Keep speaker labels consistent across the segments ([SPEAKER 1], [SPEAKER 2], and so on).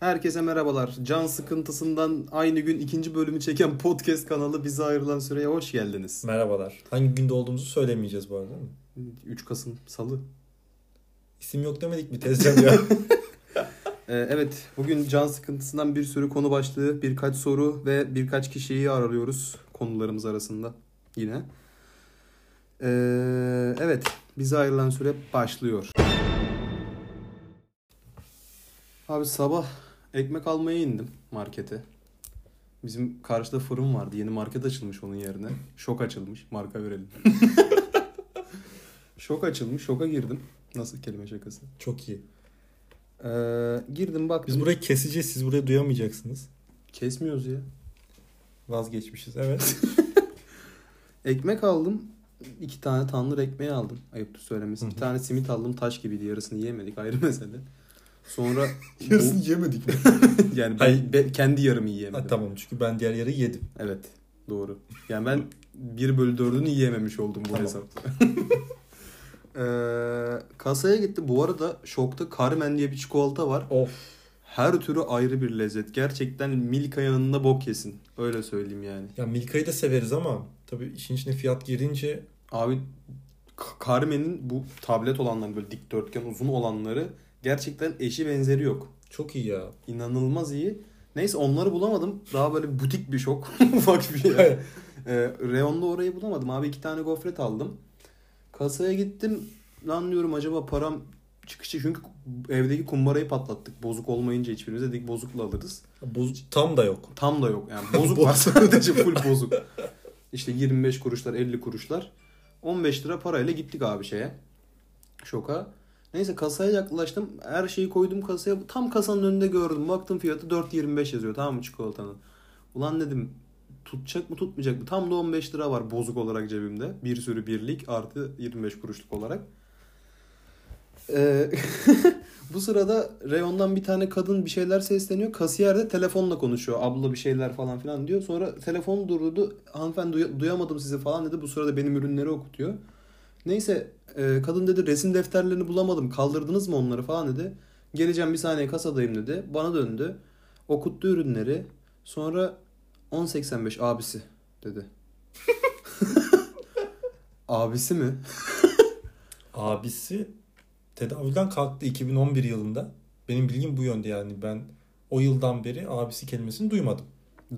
[SPEAKER 1] Herkese merhabalar. Can sıkıntısından aynı gün ikinci bölümü çeken podcast kanalı bize ayrılan süreye hoş geldiniz.
[SPEAKER 2] Merhabalar. Hangi günde olduğumuzu söylemeyeceğiz bu arada değil mi?
[SPEAKER 1] 3 Kasım Salı.
[SPEAKER 2] İsim yok demedik mi tezcan ya?
[SPEAKER 1] Ee, evet bugün can sıkıntısından bir sürü konu başlığı, birkaç soru ve birkaç kişiyi aralıyoruz konularımız arasında yine. Ee, evet bize ayrılan süre başlıyor. Abi sabah ekmek almaya indim markete. Bizim karşıda fırın vardı. Yeni market açılmış onun yerine. Şok açılmış. Marka verelim. şok açılmış. Şoka girdim. Nasıl kelime şakası?
[SPEAKER 2] Çok iyi.
[SPEAKER 1] Ee, girdim baktım.
[SPEAKER 2] Biz burayı keseceğiz. Siz burayı duyamayacaksınız.
[SPEAKER 1] Kesmiyoruz ya.
[SPEAKER 2] Vazgeçmişiz. Evet.
[SPEAKER 1] Ekmek aldım. iki tane tandır ekmeği aldım. Ayıptır söylemesi.
[SPEAKER 2] Hı hı.
[SPEAKER 1] Bir tane simit aldım. Taş gibiydi. Yarısını yiyemedik. Ayrı mesele. Sonra
[SPEAKER 2] Yarısını yemedik mi?
[SPEAKER 1] Bu- yani ben,
[SPEAKER 2] Hayır.
[SPEAKER 1] ben kendi yarımı yiyemedim.
[SPEAKER 2] ha, tamam çünkü ben diğer yarı yedim.
[SPEAKER 1] Evet. Doğru. Yani ben 1 bölü 4'ünü yiyememiş oldum bu
[SPEAKER 2] Tamam.
[SPEAKER 1] hesapta. Ee, kasaya gitti. Bu arada şokta Carmen diye bir çikolata var.
[SPEAKER 2] Of.
[SPEAKER 1] Her türü ayrı bir lezzet. Gerçekten Milka yanında bok yesin. Öyle söyleyeyim yani.
[SPEAKER 2] Ya Milka'yı da severiz ama tabii işin içine fiyat girince
[SPEAKER 1] Abi K- Carmen'in bu tablet olanları böyle dikdörtgen uzun olanları gerçekten eşi benzeri yok.
[SPEAKER 2] çok iyi ya.
[SPEAKER 1] İnanılmaz iyi. Neyse onları bulamadım. Daha böyle butik bir şok. Ufak bir yer. Ee, Reyon'da orayı bulamadım. Abi iki tane gofret aldım. Kasaya gittim. Lan diyorum acaba param çıkışı çünkü evdeki kumbarayı patlattık. Bozuk olmayınca hiçbirimiz dedik bozukla alırız.
[SPEAKER 2] Boz, tam da yok.
[SPEAKER 1] Tam da yok yani. Bozuk var sadece full bozuk. İşte 25 kuruşlar 50 kuruşlar. 15 lira parayla gittik abi şeye. Şoka. Neyse kasaya yaklaştım. Her şeyi koydum kasaya. Tam kasanın önünde gördüm. Baktım fiyatı 4.25 yazıyor tamam mı çikolatanın. Ulan dedim tutacak mı tutmayacak mı? Tam da 15 lira var bozuk olarak cebimde. Bir sürü birlik artı 25 kuruşluk olarak. Ee, bu sırada reyondan bir tane kadın bir şeyler sesleniyor. Kasiyer de telefonla konuşuyor. Abla bir şeyler falan filan diyor. Sonra telefon durdurdu. Hanımefendi duya- duyamadım sizi falan dedi. Bu sırada benim ürünleri okutuyor. Neyse e, kadın dedi resim defterlerini bulamadım. Kaldırdınız mı onları falan dedi. Geleceğim bir saniye kasadayım dedi. Bana döndü. Okuttu ürünleri. Sonra 1085 abisi dedi. abisi mi?
[SPEAKER 2] Abisi tedavülden kalktı 2011 yılında. Benim bilgim bu yönde yani ben o yıldan beri abisi kelimesini duymadım.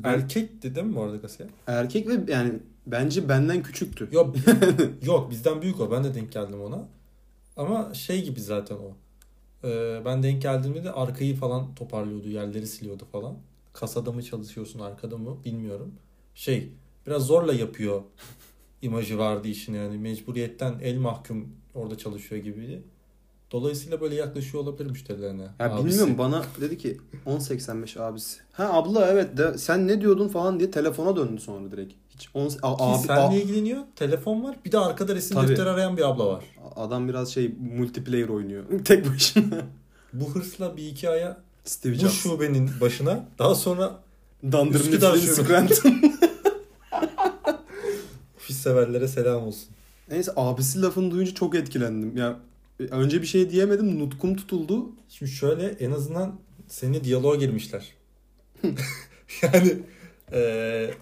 [SPEAKER 2] Erkekti değil mi bu arada Gasya?
[SPEAKER 1] Erkek ve yani bence benden küçüktü.
[SPEAKER 2] Yok yok bizden büyük o. Ben de denk geldim ona. Ama şey gibi zaten o. Ee, ben denk geldiğimde de arkayı falan toparlıyordu. Yerleri siliyordu falan. Kasada mı çalışıyorsun arkada mı bilmiyorum. Şey biraz zorla yapıyor imajı vardı işine yani mecburiyetten el mahkum orada çalışıyor gibiydi. Dolayısıyla böyle yaklaşıyor olabilir müşterilerine.
[SPEAKER 1] Ya
[SPEAKER 2] Abisi.
[SPEAKER 1] bilmiyorum bana dedi ki 1085 abisi. Ha abla evet de sen ne diyordun falan diye telefona döndü sonra direkt. Hiç 10 a-
[SPEAKER 2] Ki
[SPEAKER 1] abi
[SPEAKER 2] senle
[SPEAKER 1] a-
[SPEAKER 2] ilgileniyor. Telefon var. Bir de arkada resim
[SPEAKER 1] Tabii.
[SPEAKER 2] defteri arayan bir abla var.
[SPEAKER 1] adam biraz şey multiplayer oynuyor tek başına.
[SPEAKER 2] Bu hırsla bir iki aya
[SPEAKER 1] Steve
[SPEAKER 2] bu
[SPEAKER 1] Jobs.
[SPEAKER 2] şubenin başına daha sonra
[SPEAKER 1] Dandırın
[SPEAKER 2] Üsküdar
[SPEAKER 1] Niflin
[SPEAKER 2] şube.
[SPEAKER 1] Scranton.
[SPEAKER 2] Ofis severlere selam olsun.
[SPEAKER 1] Neyse abisi lafını duyunca çok etkilendim. Ya önce bir şey diyemedim nutkum tutuldu.
[SPEAKER 2] Şimdi şöyle en azından seni diyaloğa girmişler. yani eee,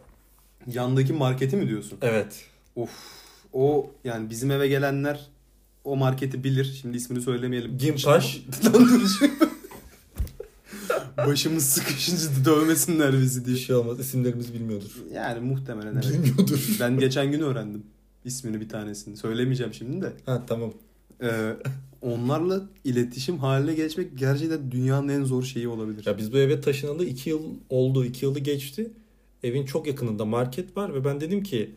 [SPEAKER 1] Yandaki marketi mi diyorsun?
[SPEAKER 2] evet.
[SPEAKER 1] Of o yani bizim eve gelenler o marketi bilir. Şimdi ismini söylemeyelim.
[SPEAKER 2] Gimpaş.
[SPEAKER 1] Dandırıcı. Başımız sıkışınca dövmesinler bizi
[SPEAKER 2] Bir
[SPEAKER 1] diye.
[SPEAKER 2] şey olmaz. isimlerimizi bilmiyordur.
[SPEAKER 1] Yani muhtemelen evet.
[SPEAKER 2] Bilmiyordur.
[SPEAKER 1] ben geçen gün öğrendim ismini bir tanesini. Söylemeyeceğim şimdi de.
[SPEAKER 2] Ha tamam.
[SPEAKER 1] Ee, onlarla iletişim haline geçmek gerçekten dünyanın en zor şeyi olabilir.
[SPEAKER 2] Ya biz bu eve taşınalı 2 yıl oldu. 2 yılı geçti. Evin çok yakınında market var ve ben dedim ki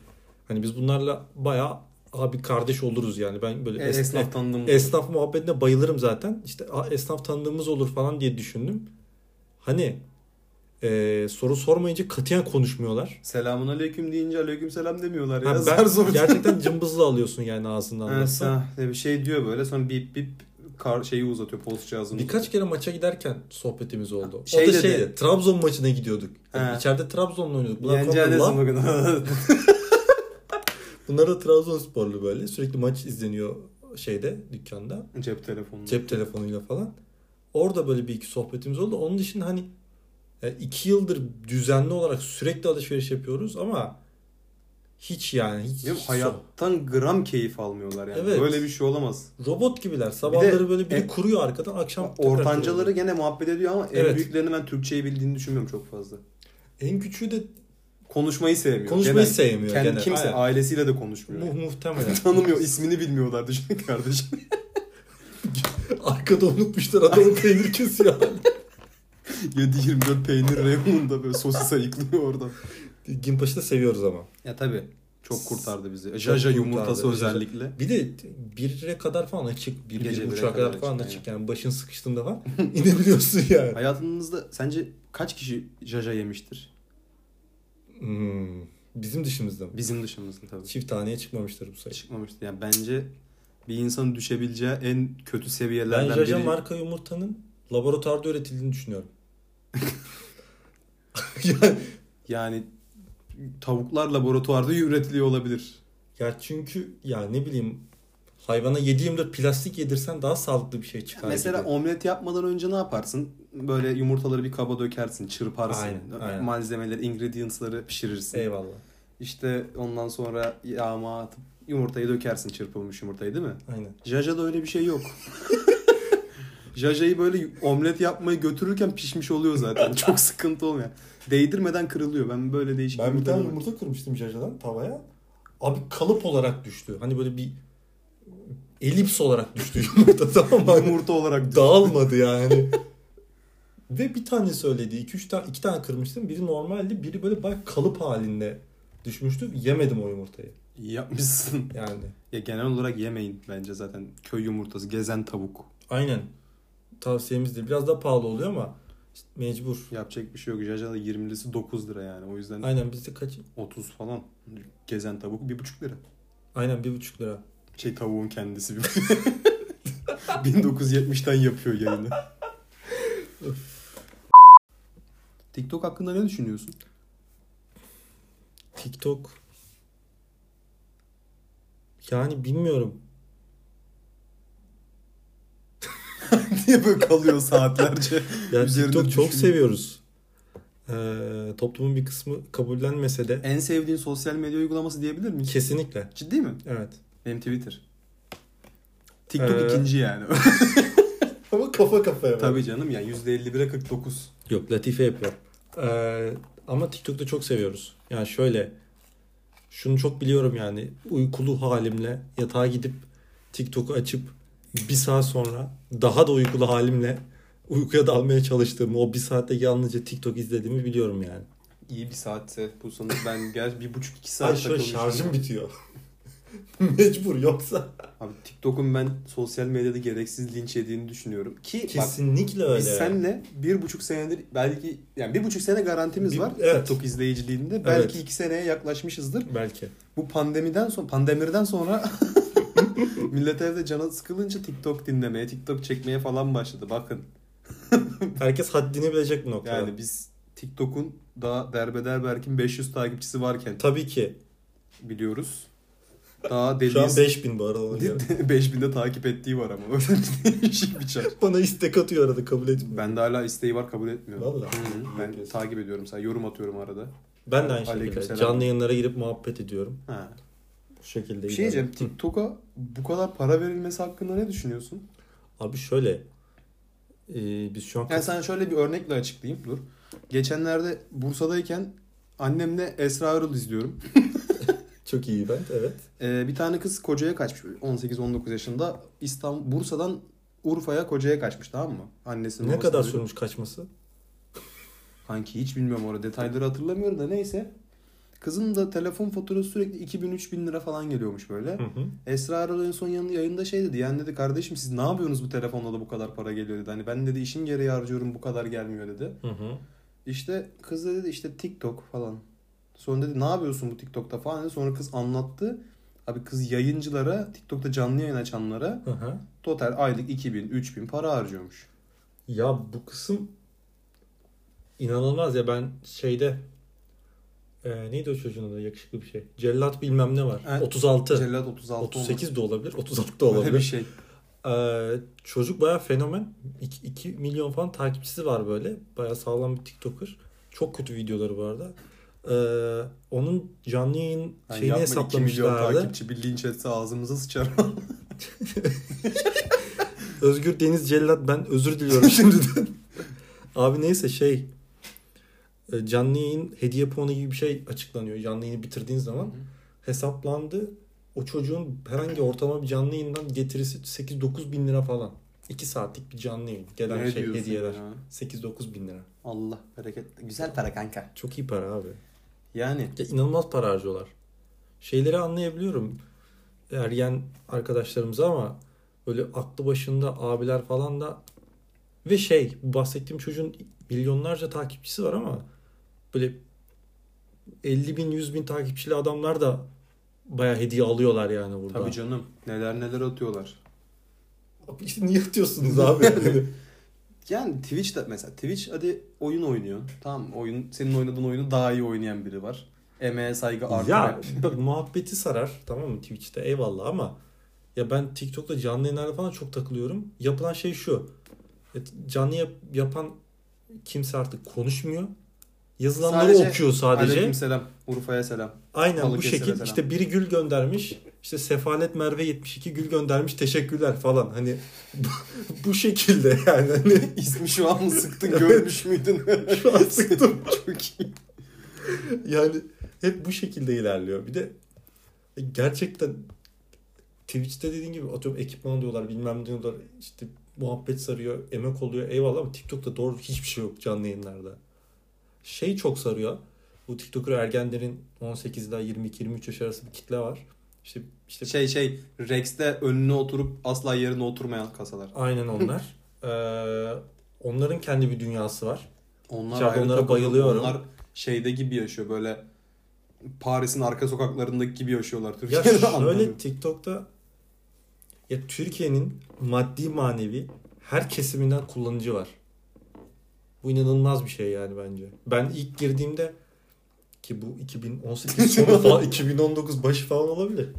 [SPEAKER 2] hani biz bunlarla bayağı abi kardeş oluruz yani. Ben böyle
[SPEAKER 1] E,
[SPEAKER 2] esnaf-
[SPEAKER 1] esnaf tanıdığım.
[SPEAKER 2] Esnaf muhabbetine bayılırım zaten. İşte "Aa, esnaf tanıdığımız olur falan diye düşündüm. Hani eee, soru sormayınca katiyen konuşmuyorlar.
[SPEAKER 1] Selamun aleyküm deyince aleyküm selam demiyorlar ya.
[SPEAKER 2] Ha,
[SPEAKER 1] Zar
[SPEAKER 2] ben
[SPEAKER 1] zor.
[SPEAKER 2] gerçekten cımbızla alıyorsun yani ağzından.
[SPEAKER 1] Evet,
[SPEAKER 2] lafı.
[SPEAKER 1] ha, bir şey diyor böyle sonra bip bip kar şeyi uzatıyor post cihazını.
[SPEAKER 2] Birkaç kere maça giderken sohbetimiz oldu.
[SPEAKER 1] Şey
[SPEAKER 2] o da
[SPEAKER 1] dedi.
[SPEAKER 2] şeydi. Trabzon maçına gidiyorduk.
[SPEAKER 1] He.
[SPEAKER 2] Yani içeride Trabzon'la oynuyorduk. Bunlar,
[SPEAKER 1] Yeneceğiniz
[SPEAKER 2] komple-
[SPEAKER 1] bugün.
[SPEAKER 2] Bunlar da Trabzonsporlu böyle. Sürekli maç izleniyor şeyde dükkanda.
[SPEAKER 1] Cep telefonu.
[SPEAKER 2] Cep telefonuyla falan. Orada böyle bir iki sohbetimiz oldu. Onun dışında hani e, iki yıldır düzenli olarak sürekli alışveriş yapıyoruz ama hiç yani hiç,
[SPEAKER 1] Değil mi?
[SPEAKER 2] hiç so-
[SPEAKER 1] Hayattan gram keyif almıyorlar yani.
[SPEAKER 2] Evet.
[SPEAKER 1] Böyle bir şey olamaz.
[SPEAKER 2] Robot gibiler. Sabahları böyle biri
[SPEAKER 1] e,
[SPEAKER 2] kuruyor arkadan akşam tekrar
[SPEAKER 1] Ortancaları
[SPEAKER 2] kuruyor.
[SPEAKER 1] gene muhabbet ediyor ama en
[SPEAKER 2] Evet.
[SPEAKER 1] büyüklerini ben Türkçeyi bildiğini düşünmüyorum çok fazla.
[SPEAKER 2] en küçüğü de
[SPEAKER 1] Konuşmayı sevmiyor.
[SPEAKER 2] Konuşmayı
[SPEAKER 1] Genel-
[SPEAKER 2] sevmiyor
[SPEAKER 1] Kendi
[SPEAKER 2] gene,
[SPEAKER 1] kimse
[SPEAKER 2] aynen.
[SPEAKER 1] ailesiyle de konuşmuyor.
[SPEAKER 2] mu- muhtemelen.
[SPEAKER 1] Tanımıyor, ismini bilmiyorlar düşün kardeşim.
[SPEAKER 2] Arkada unutmuşlar adamın peynir kesiyor.
[SPEAKER 1] 7-24 peynir reyonunda böyle sosis ayıklıyor orada.
[SPEAKER 2] Gimpaş'ı da seviyoruz ama.
[SPEAKER 1] Ya tabii. Çok kurtardı bizi. Jaja
[SPEAKER 2] kurtardı.
[SPEAKER 1] yumurtası
[SPEAKER 2] Jaja.
[SPEAKER 1] özellikle.
[SPEAKER 2] Bir de 1'e kadar falan açık. 1
[SPEAKER 1] Gece
[SPEAKER 2] 1
[SPEAKER 1] bire
[SPEAKER 2] buçuğa
[SPEAKER 1] kadar
[SPEAKER 2] kadar falan
[SPEAKER 1] açık,
[SPEAKER 2] açık. Yani başın sıkıştığında falan inebiliyorsun yani.
[SPEAKER 1] Hayatınızda sence kaç kişi jaja yemiştir?
[SPEAKER 2] Hmm. Bizim dışımızda. mı?
[SPEAKER 1] Bizim dışımızda tabii.
[SPEAKER 2] Çift taneye çıkmamıştır bu sayı.
[SPEAKER 1] Çıkmamıştı. Yani bence bir insanın düşebileceği en kötü
[SPEAKER 2] Ben
[SPEAKER 1] seviyelerden
[SPEAKER 2] Jaja
[SPEAKER 1] biri.
[SPEAKER 2] marka yumurtanın laboratuvarda üretildiğini düşünüyorum. yani,
[SPEAKER 1] Yani tavuklar laboratuvarda üretiliyor olabilir.
[SPEAKER 2] ya çünkü ya ne bileyim hayvana 7-24 plastik yedirsen daha sağlıklı bir şey çıkar.
[SPEAKER 1] Mesela
[SPEAKER 2] gibi.
[SPEAKER 1] omlet yapmadan önce ne yaparsın? Böyle yumurtaları bir kaba dökersin, çırparsın.
[SPEAKER 2] Aynen, aynen.
[SPEAKER 1] Malzemeleri, ingredientsları pişirirsin.
[SPEAKER 2] Eyvallah.
[SPEAKER 1] İşte ondan sonra yağma atıp yumurtayı dökersin çırpılmış yumurtayı değil mi?
[SPEAKER 2] Aynen.
[SPEAKER 1] Jaja'da öyle bir şey yok. Jaja'yı böyle omlet yapmayı götürürken pişmiş oluyor zaten. Çok sıkıntı olmuyor. Değdirmeden kırılıyor. Ben böyle değişik
[SPEAKER 2] Ben bir tane
[SPEAKER 1] yumurtalarım var.
[SPEAKER 2] yumurta kırmıştım Jaja'dan tavaya. Abi kalıp olarak düştü. Hani böyle bir elips olarak düştü yumurta tamam mı?
[SPEAKER 1] yumurta olarak
[SPEAKER 2] Dağılmadı yani. Ve bir tane söyledi. 2 3 tane iki tane kırmıştım. Biri normaldi, biri böyle bayağı kalıp halinde düşmüştü. Yemedim o yumurtayı.
[SPEAKER 1] İyi yapmışsın.
[SPEAKER 2] Yani
[SPEAKER 1] Ya genel olarak yemeyin bence zaten köy yumurtası, gezen tavuk.
[SPEAKER 2] aynen tavsiyemizdir. Biraz daha pahalı oluyor ama işte mecbur.
[SPEAKER 1] Yapacak bir şey yok. Jaja'da 20'lisi 9 lira yani. O yüzden
[SPEAKER 2] Aynen bizde kaç?
[SPEAKER 1] 30 falan. Gezen tavuk 1,5 lira.
[SPEAKER 2] Aynen 1,5 lira.
[SPEAKER 1] Şey tavuğun kendisi. 1970'ten yapıyor yayını. TikTok hakkında ne düşünüyorsun?
[SPEAKER 2] TikTok yani bilmiyorum.
[SPEAKER 1] Niye böyle kalıyor saatlerce?
[SPEAKER 2] Yani
[SPEAKER 1] Üzerinde
[SPEAKER 2] TikTok çok
[SPEAKER 1] düşün-
[SPEAKER 2] seviyoruz. Ee, toplumun bir kısmı kabullenmese de
[SPEAKER 1] En sevdiğin sosyal medya uygulaması diyebilir miyiz?
[SPEAKER 2] kesinlikle.
[SPEAKER 1] Ciddi mi?
[SPEAKER 2] Evet.
[SPEAKER 1] Benim Twitter. TikTok
[SPEAKER 2] Ee,
[SPEAKER 1] ikinci yani.
[SPEAKER 2] Ama kafa kafaya.
[SPEAKER 1] Tabii canım yani %51'e 49.
[SPEAKER 2] Yok latife yapıyor. Ee, ama TikTok'ta çok seviyoruz. Yani şöyle şunu çok biliyorum yani uykulu halimle yatağa gidip TikTok'u açıp bir saat sonra daha da uykulu halimle uykuya dalmaya çalıştığımı o bir saatte yalnızca TikTok izlediğimi biliyorum yani.
[SPEAKER 1] İyi bir saatte bu sanırım ben gel bir buçuk iki
[SPEAKER 2] Ay
[SPEAKER 1] saat
[SPEAKER 2] şöyle
[SPEAKER 1] takılmıştım.
[SPEAKER 2] şarjım bitiyor. Mecbur yoksa.
[SPEAKER 1] Abi TikTok'un ben sosyal medyada gereksiz linç yediğini düşünüyorum. Ki bak
[SPEAKER 2] Kesinlikle öyle.
[SPEAKER 1] biz senle bir buçuk senedir belki yani bir buçuk sene garantimiz
[SPEAKER 2] Bir-
[SPEAKER 1] var
[SPEAKER 2] evet.
[SPEAKER 1] TikTok izleyiciliğinde. Belki
[SPEAKER 2] Evet.
[SPEAKER 1] iki seneye yaklaşmışızdır.
[SPEAKER 2] Belki.
[SPEAKER 1] Bu pandemiden sonra pandemirden sonra millet evde canı sıkılınca TikTok dinlemeye, TikTok çekmeye falan başladı. Bakın
[SPEAKER 2] Herkes haddini bilecek bu noktada.
[SPEAKER 1] yani biz TikTok'un daha derbeder Berk'in 500 takipçisi varken
[SPEAKER 2] Tabii ki.
[SPEAKER 1] biliyoruz. Daha
[SPEAKER 2] Şu an
[SPEAKER 1] deliyiz.
[SPEAKER 2] 5000 bu arada. ona göre.
[SPEAKER 1] 5000'de takip ettiği var ama. Öyle bir değişik bir çar.
[SPEAKER 2] Bana istek atıyor arada kabul etmiyor.
[SPEAKER 1] Ben de hala isteği var kabul etmiyorum.
[SPEAKER 2] Vallahi.
[SPEAKER 1] Hı hı. Ben
[SPEAKER 2] Yapıyorsun.
[SPEAKER 1] takip ediyorum. Sen yorum atıyorum arada.
[SPEAKER 2] Ben de aynı şekilde.
[SPEAKER 1] Aleykümselam.
[SPEAKER 2] Canlı yayınlara girip muhabbet ediyorum.
[SPEAKER 1] Ha.
[SPEAKER 2] Bu şekilde.
[SPEAKER 1] Bir şey
[SPEAKER 2] ilerliyorum.
[SPEAKER 1] diyeceğim. TikTok'a bu kadar para verilmesi hakkında ne düşünüyorsun?
[SPEAKER 2] Abi şöyle. Ee, biz şu an...
[SPEAKER 1] Yani sana şöyle bir örnekle açıklayayım. Dur. Geçenlerde Bursa'dayken annemle Esra Erol izliyorum.
[SPEAKER 2] Çok iyi event evet.
[SPEAKER 1] Ee, bir tane kız kocaya kaçmış. 18-19 yaşında. İstanbul, Bursa'dan Urfa'ya kocaya kaçmış tamam mı? Annesi
[SPEAKER 2] ne kadar sürmüş kaçması?
[SPEAKER 1] Kanki hiç bilmiyorum orada detayları hatırlamıyorum da neyse. Kızın da telefon faturası sürekli 2000-3000 lira falan geliyormuş böyle.
[SPEAKER 2] Hı hı.
[SPEAKER 1] Esra Erol en son yanı- yayında şey dedi. Yani dedi kardeşim siz ne yapıyorsunuz bu telefonla da bu kadar para geliyor dedi. Hani ben dedi işim gereği harcıyorum bu kadar gelmiyor dedi.
[SPEAKER 2] Hı hı.
[SPEAKER 1] İşte kız da dedi işte TikTok falan. Sonra dedi ne yapıyorsun bu TikTok'ta falan dedi. Sonra kız anlattı. Abi kız yayıncılara, TikTok'ta canlı yayın açanlara
[SPEAKER 2] Hı hı.
[SPEAKER 1] total aylık 2000, 3000 para harcıyormuş.
[SPEAKER 2] Ya bu kısım inanılmaz ya ben şeyde Ee, neydi o çocuğun adı yakışıklı bir şey. Cellat bilmem ne var.
[SPEAKER 1] Evet.
[SPEAKER 2] 36.
[SPEAKER 1] Cellat 36 olmuş.
[SPEAKER 2] 38 de olabilir. 36 da
[SPEAKER 1] Öyle bir
[SPEAKER 2] olabilir.
[SPEAKER 1] şey.
[SPEAKER 2] Ee, çocuk bayağı fenomen. 2 milyon falan takipçisi var böyle. Bayağı sağlam bir TikToker. Çok kötü videoları bu arada. Ee, onun canlı yayın
[SPEAKER 1] Yani
[SPEAKER 2] şeyini
[SPEAKER 1] yapma, iki milyon
[SPEAKER 2] hesaplamışlardı.
[SPEAKER 1] takipçi bir linç etse ağzımıza sıçar.
[SPEAKER 2] Özgür Deniz Cellat ben özür diliyorum şimdiden. Abi neyse şey e, canlı yayın hediye puanı gibi bir şey açıklanıyor. Canlı yayını bitirdiğin zaman hesaplandı. O çocuğun herhangi ortalama bir canlı yayından getirisi 8-9 bin lira falan. 2 saatlik bir canlı yayın. Gelen
[SPEAKER 1] Ne
[SPEAKER 2] şey
[SPEAKER 1] diyorsun
[SPEAKER 2] hediyeler.
[SPEAKER 1] ya?
[SPEAKER 2] 8-9 bin lira.
[SPEAKER 1] Allah bereket. Güzel para kanka.
[SPEAKER 2] Çok iyi para abi.
[SPEAKER 1] Yani
[SPEAKER 2] Ya inanılmaz para harcıyorlar. Şeyleri anlayabiliyorum. Ergen arkadaşlarımızı ama böyle aklı başında abiler falan da ve şey bu bahsettiğim çocuğun milyonlarca takipçisi var ama böyle 50 bin 100 bin takipçili adamlar da baya hediye alıyorlar yani burada.
[SPEAKER 1] tabii canım neler neler atıyorlar.
[SPEAKER 2] Abi işte niye atıyorsunuz abi? Yani?
[SPEAKER 1] Yani Twitch'te mesela Twitch hadi oyun oynuyor. Tamam oyun senin oynadığın oyunu daha iyi oynayan biri var. Emeğe saygı artı.
[SPEAKER 2] ya bak, muhabbeti sarar tamam mı Twitch'te eyvallah ama ya ben TikTok'ta canlı yayınlarda falan çok takılıyorum. Yapılan şey şu. E, Canlı yap- yapan kimse artık konuşmuyor. Yazılanları
[SPEAKER 1] Sadece-
[SPEAKER 2] okuyor sadece.
[SPEAKER 1] selam. Urfa'ya selam.
[SPEAKER 2] Aynen bu
[SPEAKER 1] Balıkesir'e
[SPEAKER 2] şekil.
[SPEAKER 1] selam.
[SPEAKER 2] İşte biri gül göndermiş. İşte Sefalet Merve 72 gül göndermiş. Teşekkürler falan. Hani bu, bu şekilde yani. Hani
[SPEAKER 1] İsmi şu an mı sıktın görmüş müydün?
[SPEAKER 2] Şu an sıktım.
[SPEAKER 1] Çok iyi.
[SPEAKER 2] Yani hep bu şekilde ilerliyor. Bir de e, gerçekten Twitch'te dediğin gibi atıyorum ekipman diyorlar bilmem ne diyorlar işte muhabbet sarıyor emek oluyor eyvallah ama TikTok'ta doğru hiçbir şey yok canlı yayınlarda. Şey çok sarıyor bu TikToker ergenlerin 18 ila 22-23 yaş arası bir kitle var. İşte, işte
[SPEAKER 1] Şey şey Rex'te önüne oturup asla yerine oturmayan kasalar.
[SPEAKER 2] aynen onlar. Ee, onların kendi bir dünyası var.
[SPEAKER 1] Onlar
[SPEAKER 2] Şahane,
[SPEAKER 1] ayrı
[SPEAKER 2] onlara
[SPEAKER 1] takılıyor.
[SPEAKER 2] bayılıyorum.
[SPEAKER 1] Onlar şeyde gibi yaşıyor böyle Paris'in arka sokaklarındaki gibi yaşıyorlar
[SPEAKER 2] Ya
[SPEAKER 1] Türkiye'de.
[SPEAKER 2] şöyle
[SPEAKER 1] anlamıyorum.
[SPEAKER 2] TikTok'ta ya Türkiye'nin maddi manevi her kesiminden kullanıcı var. Bu inanılmaz bir şey yani bence. Ben ilk girdiğimde ki bu 2018 sonu falan 2019 başı falan olabilir.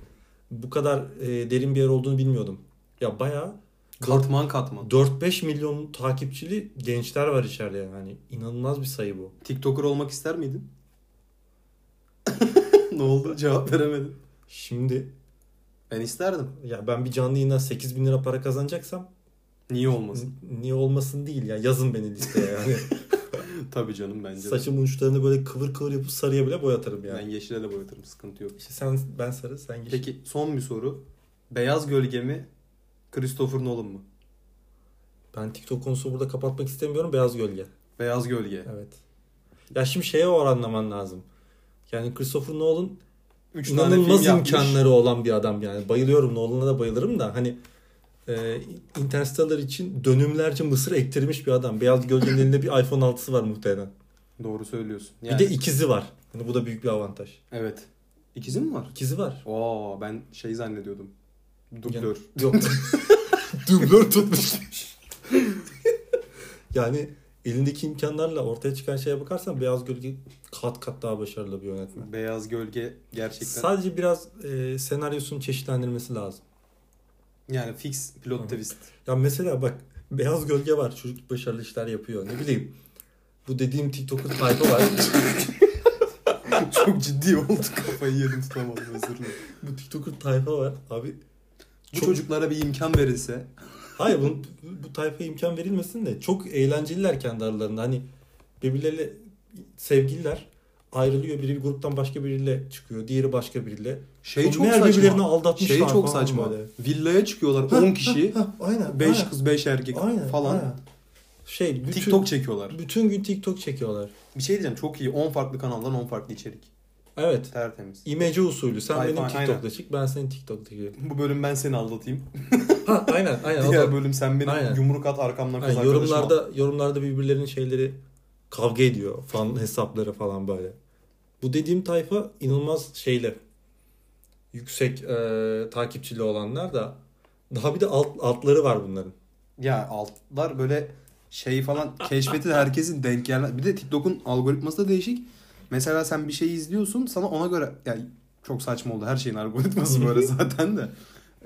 [SPEAKER 2] Bu kadar e, derin bir yer olduğunu bilmiyordum. Ya bayağı
[SPEAKER 1] katman katman.
[SPEAKER 2] 4-5 milyon takipçili gençler var içeride yani. İnanılmaz bir sayı bu.
[SPEAKER 1] TikToker olmak ister miydin? ne oldu? Cevap veremedim.
[SPEAKER 2] Şimdi
[SPEAKER 1] Ben isterdim.
[SPEAKER 2] ya ben bir canlı yayından 8 bin lira para kazanacaksam
[SPEAKER 1] Niye olmasın?
[SPEAKER 2] N- Niye olmasın değil ya. Yazın beni listeye yani.
[SPEAKER 1] Tabii canım bence. de.
[SPEAKER 2] Saçımın uçlarını böyle kıvır kıvır yapıp sarıya bile boyatarım yani.
[SPEAKER 1] Ben yeşile de boyatırım. Sıkıntı yok.
[SPEAKER 2] İşte sen ben sarı, sen yeşil.
[SPEAKER 1] Peki son bir soru. Beyaz gölge mi? Christopher Nolan mı?
[SPEAKER 2] Ben TikTok konusu burada kapatmak istemiyorum. Beyaz gölge.
[SPEAKER 1] Beyaz gölge.
[SPEAKER 2] Evet. Ya şimdi şeye oranlaman lazım. Yani Christopher Nolan
[SPEAKER 1] Üç tane
[SPEAKER 2] inanılmaz
[SPEAKER 1] film yapmış.
[SPEAKER 2] imkanları olan bir adam yani. Bayılıyorum Nolan'a da bayılırım da hani e, Interstellar için dönümlerce mısır ektirmiş bir adam. Beyaz Gölge'nin elinde bir iPhone 6'sı var muhtemelen.
[SPEAKER 1] Doğru söylüyorsun.
[SPEAKER 2] Bir
[SPEAKER 1] Yani,
[SPEAKER 2] de ikizi var. Hani bu da büyük bir avantaj.
[SPEAKER 1] Evet. İkizi mi var?
[SPEAKER 2] İkizi var.
[SPEAKER 1] Oo ben şey zannediyordum. Dublör.
[SPEAKER 2] Yok. Dublör tutmuş. yani elindeki imkanlarla ortaya çıkan şeye bakarsan Beyaz Gölge kat kat daha başarılı bir yönetmen.
[SPEAKER 1] Beyaz gölge gerçekten.
[SPEAKER 2] Sadece biraz e, senaryosunun çeşitlendirmesi lazım.
[SPEAKER 1] yani fix
[SPEAKER 2] Hı.
[SPEAKER 1] pilot twist.
[SPEAKER 2] Ya mesela bak Beyaz Gölge var. Çocuk başarılı işler yapıyor. Ne bileyim. Bu dediğim TikToker tayfa var.
[SPEAKER 1] Çok ciddi oldu kafayı yedim tutamadım özür dilerim.
[SPEAKER 2] Bu TikToker tayfa var. Abi
[SPEAKER 1] Bu
[SPEAKER 2] Çok-
[SPEAKER 1] çocuklara bir imkan verilse
[SPEAKER 2] Hayır bu, bu tayfaya imkan verilmesin de çok eğlenceliler kendi aralarında. Hani birbirleriyle sevgililer ayrılıyor. Biri bir gruptan başka biriyle çıkıyor. Diğeri başka biriyle.
[SPEAKER 1] şey
[SPEAKER 2] Sonra
[SPEAKER 1] çok
[SPEAKER 2] meğer birbirlerini
[SPEAKER 1] saçma.
[SPEAKER 2] aldatmışlar
[SPEAKER 1] Şey çok
[SPEAKER 2] falan
[SPEAKER 1] saçma.
[SPEAKER 2] böyle.
[SPEAKER 1] Villaya çıkıyorlar 10 kişi.
[SPEAKER 2] Ha, aynen.
[SPEAKER 1] 5
[SPEAKER 2] aynen,
[SPEAKER 1] kız 5 erkek
[SPEAKER 2] aynen,
[SPEAKER 1] falan.
[SPEAKER 2] aynen. Şey bütün,
[SPEAKER 1] TikTok çekiyorlar.
[SPEAKER 2] bütün gün TikTok çekiyorlar.
[SPEAKER 1] Bir şey diyeceğim çok iyi. 10 farklı kanaldan 10 farklı içerik.
[SPEAKER 2] Evet.
[SPEAKER 1] Tertemiz.
[SPEAKER 2] İmece usulü. Sen
[SPEAKER 1] Ay-
[SPEAKER 2] benim
[SPEAKER 1] aynen.
[SPEAKER 2] TikTok'ta çık. Ben senin TikTok'ta çıkıyorum.
[SPEAKER 1] Bu bölüm ben seni aldatayım.
[SPEAKER 2] Ha aynen aynen.
[SPEAKER 1] Diğer
[SPEAKER 2] E, O da-
[SPEAKER 1] bölüm sen benim
[SPEAKER 2] Aynen.
[SPEAKER 1] yumruk at arkamdan kız
[SPEAKER 2] aynen,
[SPEAKER 1] arkadaşım al.
[SPEAKER 2] yorumlarda yorumlarda birbirlerinin şeyleri kavga ediyor. Fan hesapları falan böyle. Bu dediğim tayfa inanılmaz şeyle yüksek e, takipçili olanlar da daha bir de alt, altları var bunların.
[SPEAKER 1] Ya altlar böyle şey falan keşfeti de herkesin denk yerler. Bir de TikTok'un algoritması da değişik. Mesela sen bir şey izliyorsun sana ona göre yani çok saçma oldu her şeyin algoritması böyle zaten de.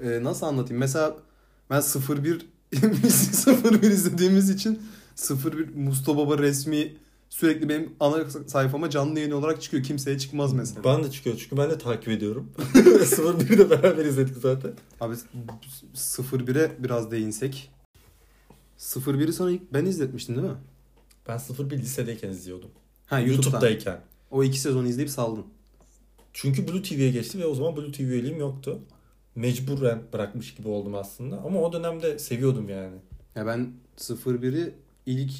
[SPEAKER 1] Ee, nasıl anlatayım? Mesela Ben 01 biz 01 izlediğimiz için 01 Mustafa Baba resmi sürekli benim ana sayfama canlı yayın olarak çıkıyor. Kimseye çıkmaz mesela.
[SPEAKER 2] Ben de çıkıyor çünkü ben de takip ediyorum. 01'i de beraber izledik zaten.
[SPEAKER 1] Abi 01'e biraz değinsek. 01'i sana ilk ben izletmiştim değil mi?
[SPEAKER 2] Ben 01 lisedeyken izliyordum.
[SPEAKER 1] Ha YouTube'dan.
[SPEAKER 2] YouTube'dayken.
[SPEAKER 1] O iki sezonu izleyip saldım.
[SPEAKER 2] Çünkü Blue TV'ye geçti ve o zaman Blue TV üyeliğim yoktu. Mecburen bırakmış gibi oldum aslında. Ama o dönemde seviyordum yani.
[SPEAKER 1] Ya ben 01'i ilk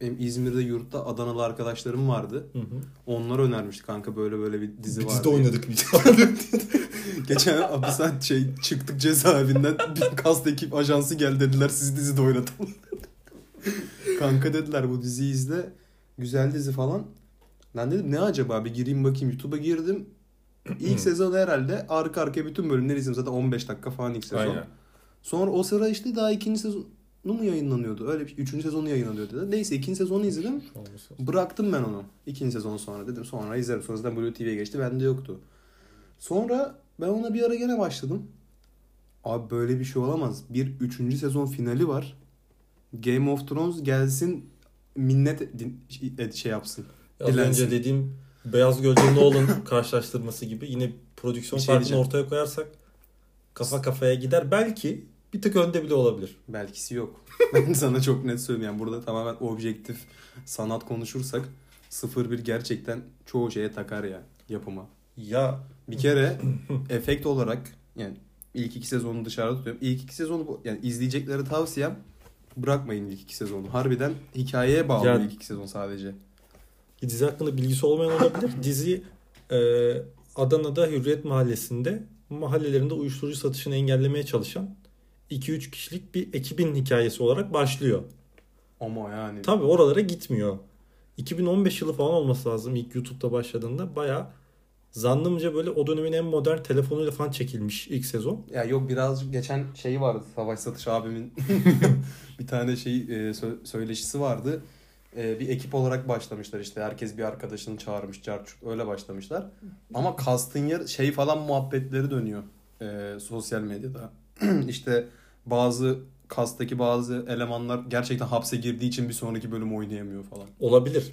[SPEAKER 1] benim İzmir'de yurtta Adanalı arkadaşlarım vardı.
[SPEAKER 2] Hı hı.
[SPEAKER 1] Onlar önermişti kanka böyle böyle bir dizi
[SPEAKER 2] Bir
[SPEAKER 1] var.
[SPEAKER 2] dizide
[SPEAKER 1] diye.
[SPEAKER 2] oynadık bir tane.
[SPEAKER 1] Geçen hapisten şey çıktık cezaevinden bir kast ekip ajansı geldi dediler siz dizide oynatın. Kanka dediler bu diziyi izle. Güzel dizi falan. Ben dedim ne acaba bir gireyim bakayım YouTube'a girdim. İlk sezon herhalde arka arkaya bütün bölümleri izledim. Zaten 15 dakika falan ilk sezon.
[SPEAKER 2] Aynen.
[SPEAKER 1] Sonra o sıra işte daha ikinci sezonu mu yayınlanıyordu? Öyle bir şey. üçüncü sezonu yayınlanıyordu. dedi. Neyse ikinci sezonu izledim. Bıraktım ben onu. İkinci sezon sonra dedim. Sonra izlerim. Sonrasında Blue TV'ye geçti. Bende yoktu. Sonra ben ona bir ara gene başladım. Abi böyle bir şey olamaz. Bir üçüncü sezon finali var. Game of Thrones gelsin minnet edin- et şey yapsın.
[SPEAKER 2] Az
[SPEAKER 1] Dilensin.
[SPEAKER 2] önce dediğim Beyaz Gölge Nolan karşılaştırması gibi yine prodüksiyon
[SPEAKER 1] Bir şey
[SPEAKER 2] farkını
[SPEAKER 1] diyeceğim.
[SPEAKER 2] ortaya koyarsak kafa kafaya gider. Belki bir tık önde bile olabilir.
[SPEAKER 1] Belkisi yok. ben sana çok net söyleyeyim. Yani burada tamamen objektif sanat konuşursak 01 gerçekten çoğu şeye takar ya yapıma.
[SPEAKER 2] Ya
[SPEAKER 1] Bir kere efekt olarak yani ilk iki sezonu dışarıda tutuyorum. İlk iki sezonu bu- yani izleyeceklere tavsiyem bırakmayın ilk iki sezonu. Harbiden hikayeye bağlı
[SPEAKER 2] Yani-
[SPEAKER 1] ilk iki sezon sadece.
[SPEAKER 2] dizi hakkında bilgisi olmayan olabilir. Dizi e, Adana'da Hürriyet Mahallesi'nde mahallelerinde uyuşturucu satışını engellemeye çalışan 2-3 kişilik bir ekibin hikayesi olarak başlıyor.
[SPEAKER 1] Ama yani
[SPEAKER 2] Tabii oralara gitmiyor. 2015 yılı falan olması lazım ilk YouTube'da başladığında bayağı zannımca böyle o dönemin en modern telefonuyla falan çekilmiş ilk sezon.
[SPEAKER 1] ya yok birazcık geçen şeyi vardı Savaş Satış abimin bir tane şey e, sö- söyleşisi vardı. E, bir ekip olarak başlamışlar işte herkes bir arkadaşını çağırmış carçuk öyle başlamışlar. Ama kastın yer şey falan muhabbetleri dönüyor e, sosyal medyada. işte bazı kastaki bazı elemanlar gerçekten hapse girdiği için bir sonraki bölüm oynayamıyor falan.
[SPEAKER 2] Olabilir.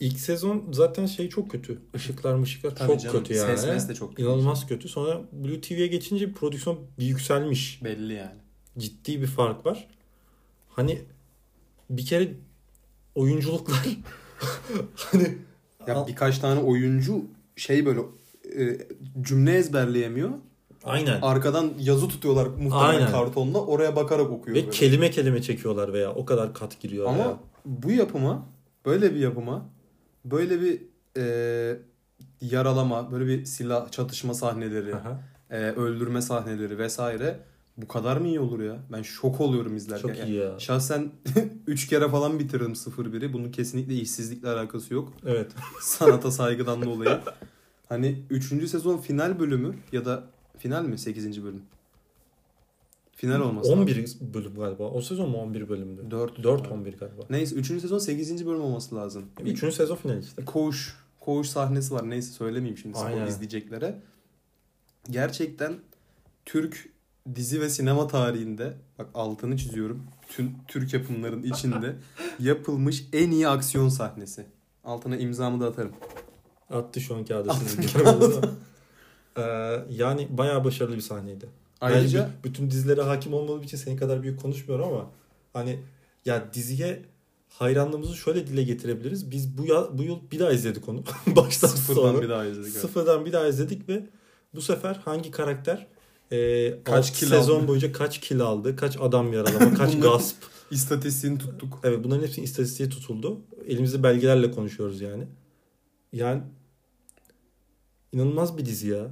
[SPEAKER 2] İlk sezon zaten şey çok kötü. Işıklar mışıklar
[SPEAKER 1] Tabii
[SPEAKER 2] çok
[SPEAKER 1] canım,
[SPEAKER 2] kötü yani.
[SPEAKER 1] ses mes de çok kötü.
[SPEAKER 2] İnanılmaz kötü. Sonra Blue TV'ye geçince bir prodüksiyon bir yükselmiş.
[SPEAKER 1] Belli yani.
[SPEAKER 2] Ciddi bir fark var. Hani bir kere oyunculuklar hani
[SPEAKER 1] Ya birkaç tane oyuncu şey böyle e, cümle ezberleyemiyor.
[SPEAKER 2] aynen.
[SPEAKER 1] Arkadan yazı tutuyorlar muhtemelen
[SPEAKER 2] Aynen.
[SPEAKER 1] kartonla. Oraya bakarak okuyor.
[SPEAKER 2] Ve
[SPEAKER 1] böyle.
[SPEAKER 2] kelime kelime çekiyorlar veya o kadar kat giriyor
[SPEAKER 1] Ama
[SPEAKER 2] veya.
[SPEAKER 1] bu yapıma, böyle bir yapıma, böyle bir e, yaralama, böyle bir silah çatışma sahneleri,
[SPEAKER 2] Aha.
[SPEAKER 1] e, öldürme sahneleri vesaire bu kadar mı iyi olur ya? Ben şok oluyorum izlerken.
[SPEAKER 2] Çok iyi ya.
[SPEAKER 1] Şahsen 3 kere falan bitirdim 0-1'i. Bunun kesinlikle işsizlikle alakası yok.
[SPEAKER 2] Evet.
[SPEAKER 1] sanata saygıdan dolayı. Hani 3. sezon final bölümü ya da final mi 8. bölüm? Final olması.
[SPEAKER 2] 11 bölüm galiba. O sezon mu 11 bölümdü?
[SPEAKER 1] 4
[SPEAKER 2] 4 11 galiba.
[SPEAKER 1] Neyse 3. sezon 8. bölüm olması lazım.
[SPEAKER 2] Üçüncü sezon finali işte.
[SPEAKER 1] Koğuş, koğuş sahnesi var. Neyse söylemeyeyim şimdi spoiler
[SPEAKER 2] Aynen.
[SPEAKER 1] izleyeceklere. Gerçekten Türk dizi ve sinema tarihinde bak altını çiziyorum. Tüm Türk yapımların içinde yapılmış en iyi aksiyon sahnesi. Altına imzamı da atarım.
[SPEAKER 2] Attı şu anki
[SPEAKER 1] Attı.
[SPEAKER 2] adresini. Görüyoruz ama. Ee, yani bayağı başarılı bir sahneydi.
[SPEAKER 1] Ayrıca
[SPEAKER 2] Ayrıca bütün dizilere hakim olmadığım için senin kadar büyük konuşmuyorum ama hani ya diziye hayranlığımızı şöyle dile getirebiliriz. Biz bu ya, bu yıl bir daha izledik onu. Baştan
[SPEAKER 1] sıfırdan
[SPEAKER 2] sonra.
[SPEAKER 1] bir daha izledik. evet.
[SPEAKER 2] Sıfırdan bir daha izledik ve bu sefer hangi karakter e,
[SPEAKER 1] Kaç
[SPEAKER 2] kaç
[SPEAKER 1] kill
[SPEAKER 2] sezon
[SPEAKER 1] aldı?
[SPEAKER 2] boyunca kaç kill aldı, kaç adam yaralama, kaç
[SPEAKER 1] Bunları-
[SPEAKER 2] gasp
[SPEAKER 1] İstatistiğini tuttuk.
[SPEAKER 2] Evet bunların hepsi istatistiğe tutuldu. Elimizde belgelerle konuşuyoruz yani. Yani inanılmaz bir dizi ya.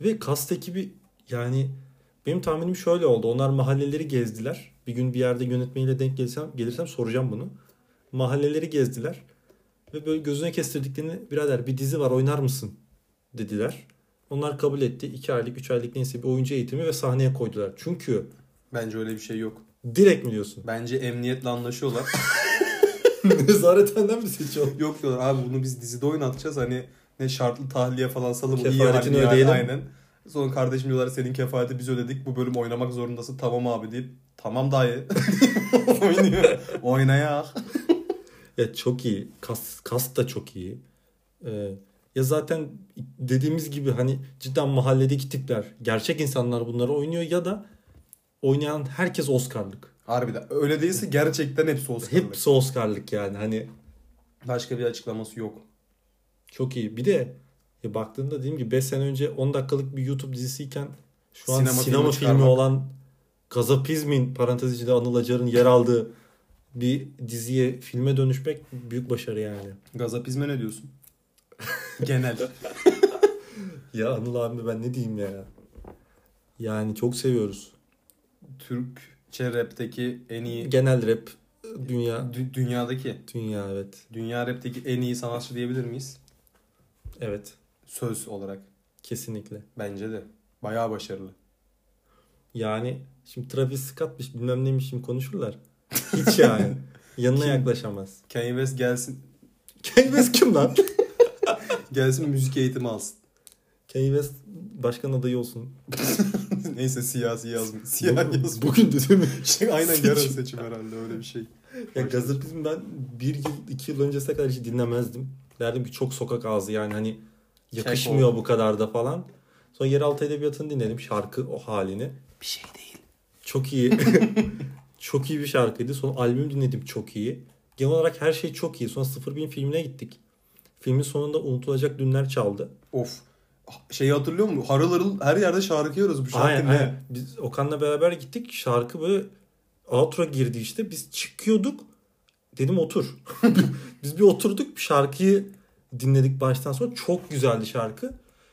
[SPEAKER 2] Ve kast ekibi yani benim tahminim şöyle oldu. Onlar mahalleleri gezdiler. Bir gün bir yerde yönetmeniyle denk gelsem, gelirsem soracağım bunu. Mahalleleri gezdiler. Ve böyle gözüne kestirdiklerini birader bir dizi var oynar mısın dediler. Onlar kabul etti. 2 aylık 3 aylık neyse bir oyuncu eğitimi ve sahneye koydular. Çünkü
[SPEAKER 1] Bence öyle bir şey yok.
[SPEAKER 2] direkt mi diyorsun?
[SPEAKER 1] Bence emniyetle anlaşıyorlar.
[SPEAKER 2] Nezarethaneden mi seçiyorlar?
[SPEAKER 1] yok diyorlar abi bunu biz dizide oynatacağız hani ne şartlı tahliye falan salalım iyi
[SPEAKER 2] Kefaletini
[SPEAKER 1] yani
[SPEAKER 2] ödeyelim.
[SPEAKER 1] aynen. Sonra kardeşim diyorlar senin kefaleti biz ödedik. Bu bölüm oynamak zorundasın. Tamam abi deyip tamam dayı. Oynuyor. Oynaya.
[SPEAKER 2] Ya çok iyi. Kas, kas da çok iyi. Ee, ya zaten dediğimiz gibi hani cidden mahalledeki tipler, gerçek insanlar bunları oynuyor ya da oynayan herkes Oscar'lık.
[SPEAKER 1] Harbiden öyle değilse gerçekten hepsi Oscar'lık.
[SPEAKER 2] Hepsi Oscar'lık yani. Hani
[SPEAKER 1] Başka bir açıklaması yok.
[SPEAKER 2] çok iyi. Bir de ya baktığında dediğim gibi 5 sene önce 10 dakikalık bir YouTube dizisiyken şu an
[SPEAKER 1] Sinema
[SPEAKER 2] sinema,
[SPEAKER 1] filmi
[SPEAKER 2] filmi,
[SPEAKER 1] çıkarmak.
[SPEAKER 2] olan Gazapizmin parantez içinde Anıl Acar'ın yer aldığı bir diziye filme dönüşmek büyük başarı yani.
[SPEAKER 1] Gazapizme ne diyorsun? Genel.
[SPEAKER 2] Ya Anıl abime ben ne diyeyim ya. Yani çok seviyoruz.
[SPEAKER 1] Türkçe rapteki en iyi
[SPEAKER 2] Genel rap dünya
[SPEAKER 1] dü- dünyadaki
[SPEAKER 2] dünya evet.
[SPEAKER 1] dünya rapteki en iyi sanatçı diyebilir miyiz?
[SPEAKER 2] Evet.
[SPEAKER 1] Söz olarak
[SPEAKER 2] Kesinlikle.
[SPEAKER 1] bence de bayağı başarılı.
[SPEAKER 2] Yani şimdi Travis Scott'mış bilmem neymiş şimdi konuşurlar. Hiç yani. Yanına
[SPEAKER 1] Kim?
[SPEAKER 2] yaklaşamaz.
[SPEAKER 1] Kanye West gelsin
[SPEAKER 2] Kanye West kim lan?
[SPEAKER 1] gelsin müzik eğitimi alsın.
[SPEAKER 2] Kanye West başkan adayı olsun.
[SPEAKER 1] Neyse siyasi yazmış. Siyasi
[SPEAKER 2] Bugün-
[SPEAKER 1] yazmış.
[SPEAKER 2] Bugün de değil mi?
[SPEAKER 1] Şey, aynen yarın
[SPEAKER 2] Seçim.
[SPEAKER 1] seçim herhalde öyle bir şey.
[SPEAKER 2] Ya Gazapizm ben bir yıl, iki yıl öncesine kadar hiç dinlemezdim. Derdim ki çok sokak ağzı yani hani yakışmıyor bu kadar da falan. Sonra yeraltı edebiyatını dinledim şarkı o halini.
[SPEAKER 1] Bir şey değil.
[SPEAKER 2] Çok iyi. çok iyi bir şarkıydı. Sonra albüm dinledim çok iyi. Genel olarak her şey çok iyi. Sonra 01 filmine gittik. Filmin sonunda unutulacak dünler çaldı.
[SPEAKER 1] Of. Şeyi hatırlıyor musun? Harıl harıl her yerde şarkı yiyoruz bu şarkı
[SPEAKER 2] aynen,
[SPEAKER 1] ne?
[SPEAKER 2] aynen. Biz Okan'la beraber gittik. Şarkı böyle outro girdi işte. Biz çıkıyorduk. Dedim otur. Biz bir oturduk. Şarkıyı dinledik baştan sonra. Çok güzeldi şarkı.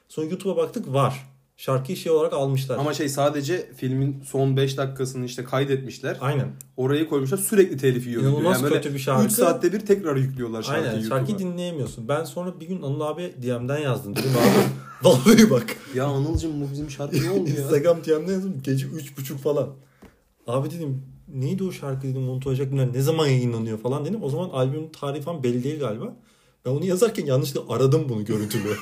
[SPEAKER 2] Sonra YouTube'a baktık var. Şarkıyı şey olarak almışlar.
[SPEAKER 1] Ama şey sadece filmin son 5 dakikasını işte kaydetmişler.
[SPEAKER 2] Aynen.
[SPEAKER 1] Orayı koymuşlar sürekli telif yiyor.
[SPEAKER 2] İnanılmaz kötü bir şarkı.
[SPEAKER 1] 3 saatte bir tekrar yüklüyorlar şarkıyı
[SPEAKER 2] Aynen
[SPEAKER 1] YouTube'a.
[SPEAKER 2] şarkıyı dinleyemiyorsun. Ben sonra bir gün Anıl abi DM'den yazdım. Dedim abi vallahi bak.
[SPEAKER 1] Ya Anılcım bu bizim şarkı ne oldu ya?
[SPEAKER 2] Instagram DM'den yazdım. Gece 3.30 falan. Abi dedim neydi o şarkı dedim unutulacak günler ne zaman yayınlanıyor falan dedim. O zaman albümün tarihi falan belli değil galiba. Ben onu yazarken yanlışlıkla aradım bunu görüntülü.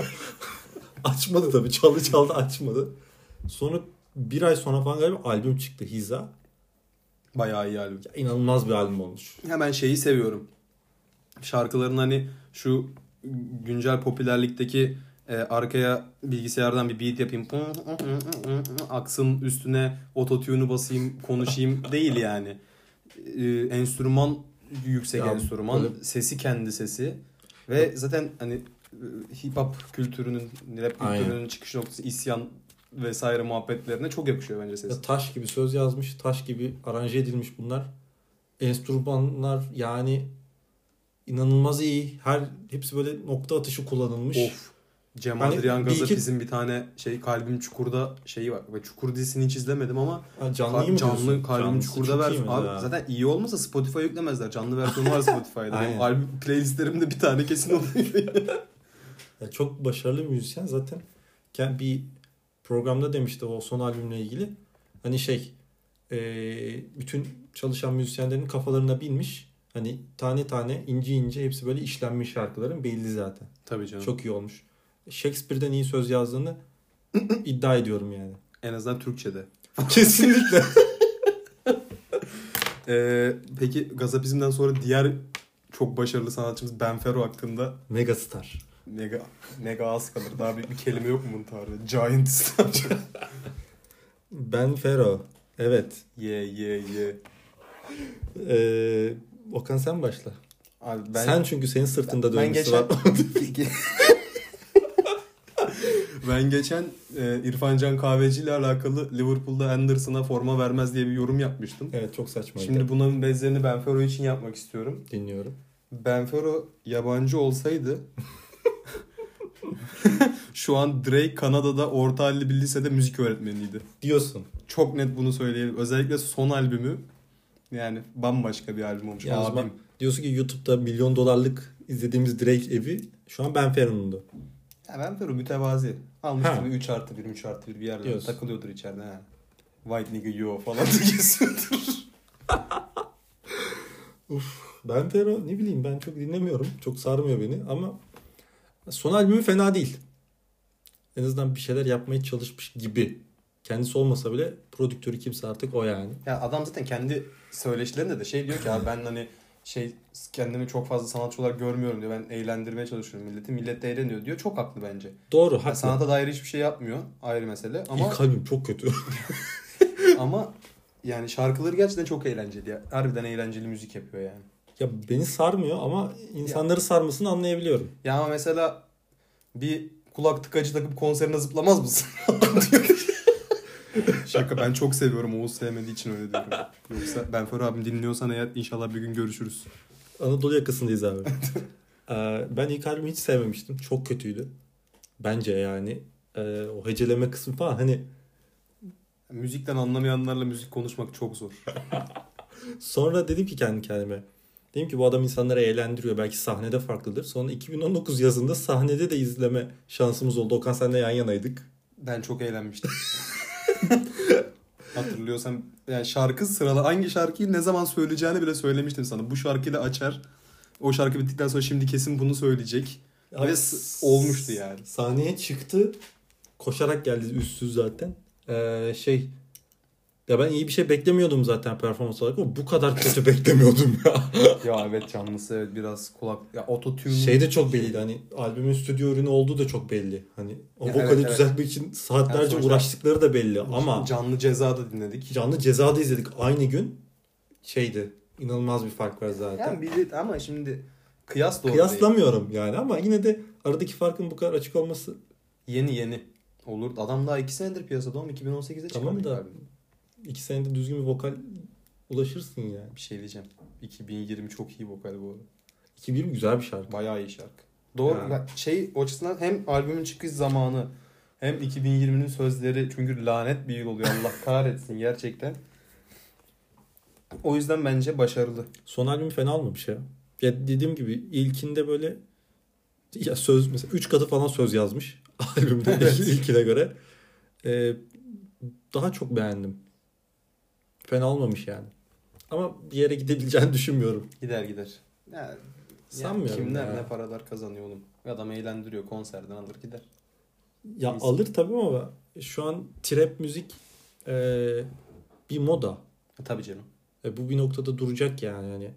[SPEAKER 2] açmadı tabii çaldı çaldı açmadı. Sonra bir ay sonra falan galiba albüm çıktı Hiza.
[SPEAKER 1] Bayağı iyi albüm.
[SPEAKER 2] Ya, inanılmaz bir albüm olmuş.
[SPEAKER 1] Hemen şeyi seviyorum. Şarkıların hani şu güncel popülerlikteki e, arkaya bilgisayardan bir beat yapayım. Aksın üstüne ototune'u basayım konuşayım değil yani. E, enstrüman yüksek
[SPEAKER 2] Ya,
[SPEAKER 1] enstrüman.
[SPEAKER 2] böyle-
[SPEAKER 1] Sesi kendi sesi. Ve zaten hani e, hip hop kültürünün, rap
[SPEAKER 2] Aynen.
[SPEAKER 1] kültürünün çıkış noktası isyan vesaire muhabbetlerine çok yakışıyor bence ses.
[SPEAKER 2] Ya taş gibi söz yazmış, taş gibi aranje edilmiş bunlar. Enstrümanlar yani inanılmaz iyi. Her hepsi böyle nokta atışı kullanılmış.
[SPEAKER 1] Of. Cem
[SPEAKER 2] Hani
[SPEAKER 1] Adrian
[SPEAKER 2] bir iki-
[SPEAKER 1] Gazapiz'in bir tane şey Kalbim Çukur'da şeyi var. Ve Çukur dizisini hiç izlemedim ama
[SPEAKER 2] Ha, canlı iyi
[SPEAKER 1] canlı,
[SPEAKER 2] mi diyorsun?
[SPEAKER 1] canlı Kalbim
[SPEAKER 2] Canlısı
[SPEAKER 1] Çukur'da
[SPEAKER 2] çok
[SPEAKER 1] ver.
[SPEAKER 2] iyi mi?
[SPEAKER 1] Abi,
[SPEAKER 2] Ha.
[SPEAKER 1] zaten iyi olmasa Spotify'a yüklemezler. Canlı versiyonu var Spotify'da. Benim
[SPEAKER 2] Aynen.
[SPEAKER 1] albüm playlistlerimde bir tane kesin oluyor.
[SPEAKER 2] Ya çok başarılı müzisyen zaten Ken bir programda demişti o son albümle ilgili. Hani şey e, bütün çalışan müzisyenlerin kafalarına binmiş. Hani tane tane ince ince hepsi böyle işlenmiş şarkıların belli zaten.
[SPEAKER 1] Tabii canım.
[SPEAKER 2] Çok iyi olmuş. Shakespeare'den iyi söz yazdığını iddia ediyorum yani.
[SPEAKER 1] En azından Türkçe'de.
[SPEAKER 2] Kesinlikle.
[SPEAKER 1] Ee, peki Gazapizm'den sonra diğer çok başarılı sanatçımız Benfero hakkında
[SPEAKER 2] Megastar.
[SPEAKER 1] mega, mega az kalır. Daha büyük bir kelime yok mu bunun tarihinde? Giant star.
[SPEAKER 2] Ben Fero. Evet.
[SPEAKER 1] Ye ye ye.
[SPEAKER 2] Ee, Okan sen başla.
[SPEAKER 1] Abi ben...
[SPEAKER 2] sen çünkü senin sırtında
[SPEAKER 1] ben
[SPEAKER 2] dönmesi
[SPEAKER 1] geçen-
[SPEAKER 2] var.
[SPEAKER 1] Ben geçen e, İrfan Can Kahveci ile alakalı Liverpool'da Anderson'a forma vermez diye bir yorum yapmıştım.
[SPEAKER 2] evet çok saçmaydı.
[SPEAKER 1] Şimdi bunun benzerini Benfero için yapmak istiyorum.
[SPEAKER 2] dinliyorum.
[SPEAKER 1] Benfero yabancı olsaydı şu an Drake Kanada'da orta halli bir lisede müzik öğretmeniydi.
[SPEAKER 2] Diyorsun.
[SPEAKER 1] Çok net bunu söyleyebilirim. Özellikle son albümü yani bambaşka bir albüm olmuş.
[SPEAKER 2] Ya o
[SPEAKER 1] Abim.
[SPEAKER 2] zaman diyorsun ki YouTube'da milyon dolarlık izlediğimiz Drake evi şu an Ben Fero'nundu.
[SPEAKER 1] Ya Benfero mütevazi. Almıştı
[SPEAKER 2] Ha.
[SPEAKER 1] bir 3 artı 1, 3 artı 1 bir yerlerde
[SPEAKER 2] Diyorsun.
[SPEAKER 1] takılıyordur içeride. ha. White nigga yo falan diyorsun.
[SPEAKER 2] Ben Fero ne bileyim ben çok dinlemiyorum. Çok sarmıyor beni ama son albümü fena değil. Ee, en azından bir şeyler yapmaya çalışmış gibi. Kendisi olmasa bile prodüktörü kimse artık o yani.
[SPEAKER 1] Ya adam zaten kendi söyleşilerinde de şey diyor ki abi ben hani şey kendimi çok fazla sanatçı olarak görmüyorum diyor. Ben eğlendirmeye çalışıyorum milleti. Millet de eğleniyor diyor. Çok haklı bence.
[SPEAKER 2] Doğru.
[SPEAKER 1] Ya
[SPEAKER 2] haklı.
[SPEAKER 1] sanata dair hiçbir şey yapmıyor. Ayrı mesele. Ama
[SPEAKER 2] İlk albüm çok kötü.
[SPEAKER 1] ama yani şarkıları gerçekten çok eğlenceli. Ya. Harbiden eğlenceli müzik yapıyor yani.
[SPEAKER 2] ya beni sarmıyor ama insanları sarmasını anlayabiliyorum.
[SPEAKER 1] Ya ama mesela bir kulak tıkacı takıp konserine zıplamaz mısın? Şaka ben çok seviyorum Oğuz sevmediği için öyle diyorum. Yoksa Benfer abim dinliyorsan eğer inşallah bir gün görüşürüz.
[SPEAKER 2] Anadolu yakasındayız abi. Ee, ben ilk albümü hiç sevmemiştim. Çok kötüydü. Bence yani e, o heceleme kısmı falan hani
[SPEAKER 1] Müzikten anlamayanlarla müzik konuşmak çok zor.
[SPEAKER 2] sonra dedim ki kendi kendime dedim ki bu adam insanları eğlendiriyor. Belki sahnede farklıdır. Sonra 2019 yazında sahnede de izleme şansımız oldu. Okan senle yan yanaydık.
[SPEAKER 1] Ben çok eğlenmiştim. Hatırlıyorsan yani şarkı sıralı hangi şarkıyı ne zaman söyleyeceğini bile söylemiştim sana. Bu şarkıyı da açar. O şarkı bittikten sonra şimdi kesin bunu söyleyecek. Ve s- olmuştu yani.
[SPEAKER 2] Sahneye çıktı. Koşarak geldi üstsüz zaten. Ee, şey ya ben iyi bir şey beklemiyordum zaten performans olarak ama bu kadar kötü beklemiyordum ya.
[SPEAKER 1] ya evet canlısı evet biraz kulak ya ototune
[SPEAKER 2] şey de çok belliydi hani albümün stüdyo ürünü olduğu da çok belli. Hani o
[SPEAKER 1] Ya
[SPEAKER 2] vokali
[SPEAKER 1] evet, evet.
[SPEAKER 2] düzeltmek için saatlerce
[SPEAKER 1] Yani sonuçta-
[SPEAKER 2] uğraştıkları da belli ama
[SPEAKER 1] canlı cezada dinledik.
[SPEAKER 2] canlı cezada izledik aynı gün şeydi inanılmaz bir fark var zaten.
[SPEAKER 1] Yani bir de- ama şimdi kıyas doğru değil.
[SPEAKER 2] Kıyaslamıyorum yani ama yine de aradaki farkın bu kadar açık olması
[SPEAKER 1] Yeni yeni. Olur. Adam daha 2 senedir piyasada oğlum. 2018'de
[SPEAKER 2] Tamam
[SPEAKER 1] çıkardı
[SPEAKER 2] da-
[SPEAKER 1] galiba.
[SPEAKER 2] iki senede düzgün bir vokal ulaşırsın yani.
[SPEAKER 1] Bir şey diyeceğim. 2020 çok iyi vokal bu arada.
[SPEAKER 2] 2020 güzel bir şarkı.
[SPEAKER 1] Bayağı iyi şarkı. Doğru.
[SPEAKER 2] Ya.
[SPEAKER 1] Ben Şey o açısından hem albümün çıkış zamanı hem 2020'nin sözleri çünkü lanet bir yıl oluyor. Allah kahretsin gerçekten. O yüzden bence başarılı.
[SPEAKER 2] Son albüm fena olmamış ya. Ya dediğim gibi ilkinde böyle ya söz mesela 3 katı falan söz yazmış albümde
[SPEAKER 1] Evet.
[SPEAKER 2] ilkine göre. Ee, daha çok beğendim. Fena olmamış yani. Ama bir yere gidebileceğini düşünmüyorum.
[SPEAKER 1] Gider gider. Ya, ya
[SPEAKER 2] Sanmıyorum
[SPEAKER 1] kimler
[SPEAKER 2] ya.
[SPEAKER 1] ne paralar kazanıyor oğlum. Adam eğlendiriyor konserden alır gider.
[SPEAKER 2] Ya
[SPEAKER 1] Biz-
[SPEAKER 2] alır tabii ama şu an trap müzik ee, bir moda.
[SPEAKER 1] Ha, tabii canım.
[SPEAKER 2] E, bu bir noktada duracak yani hani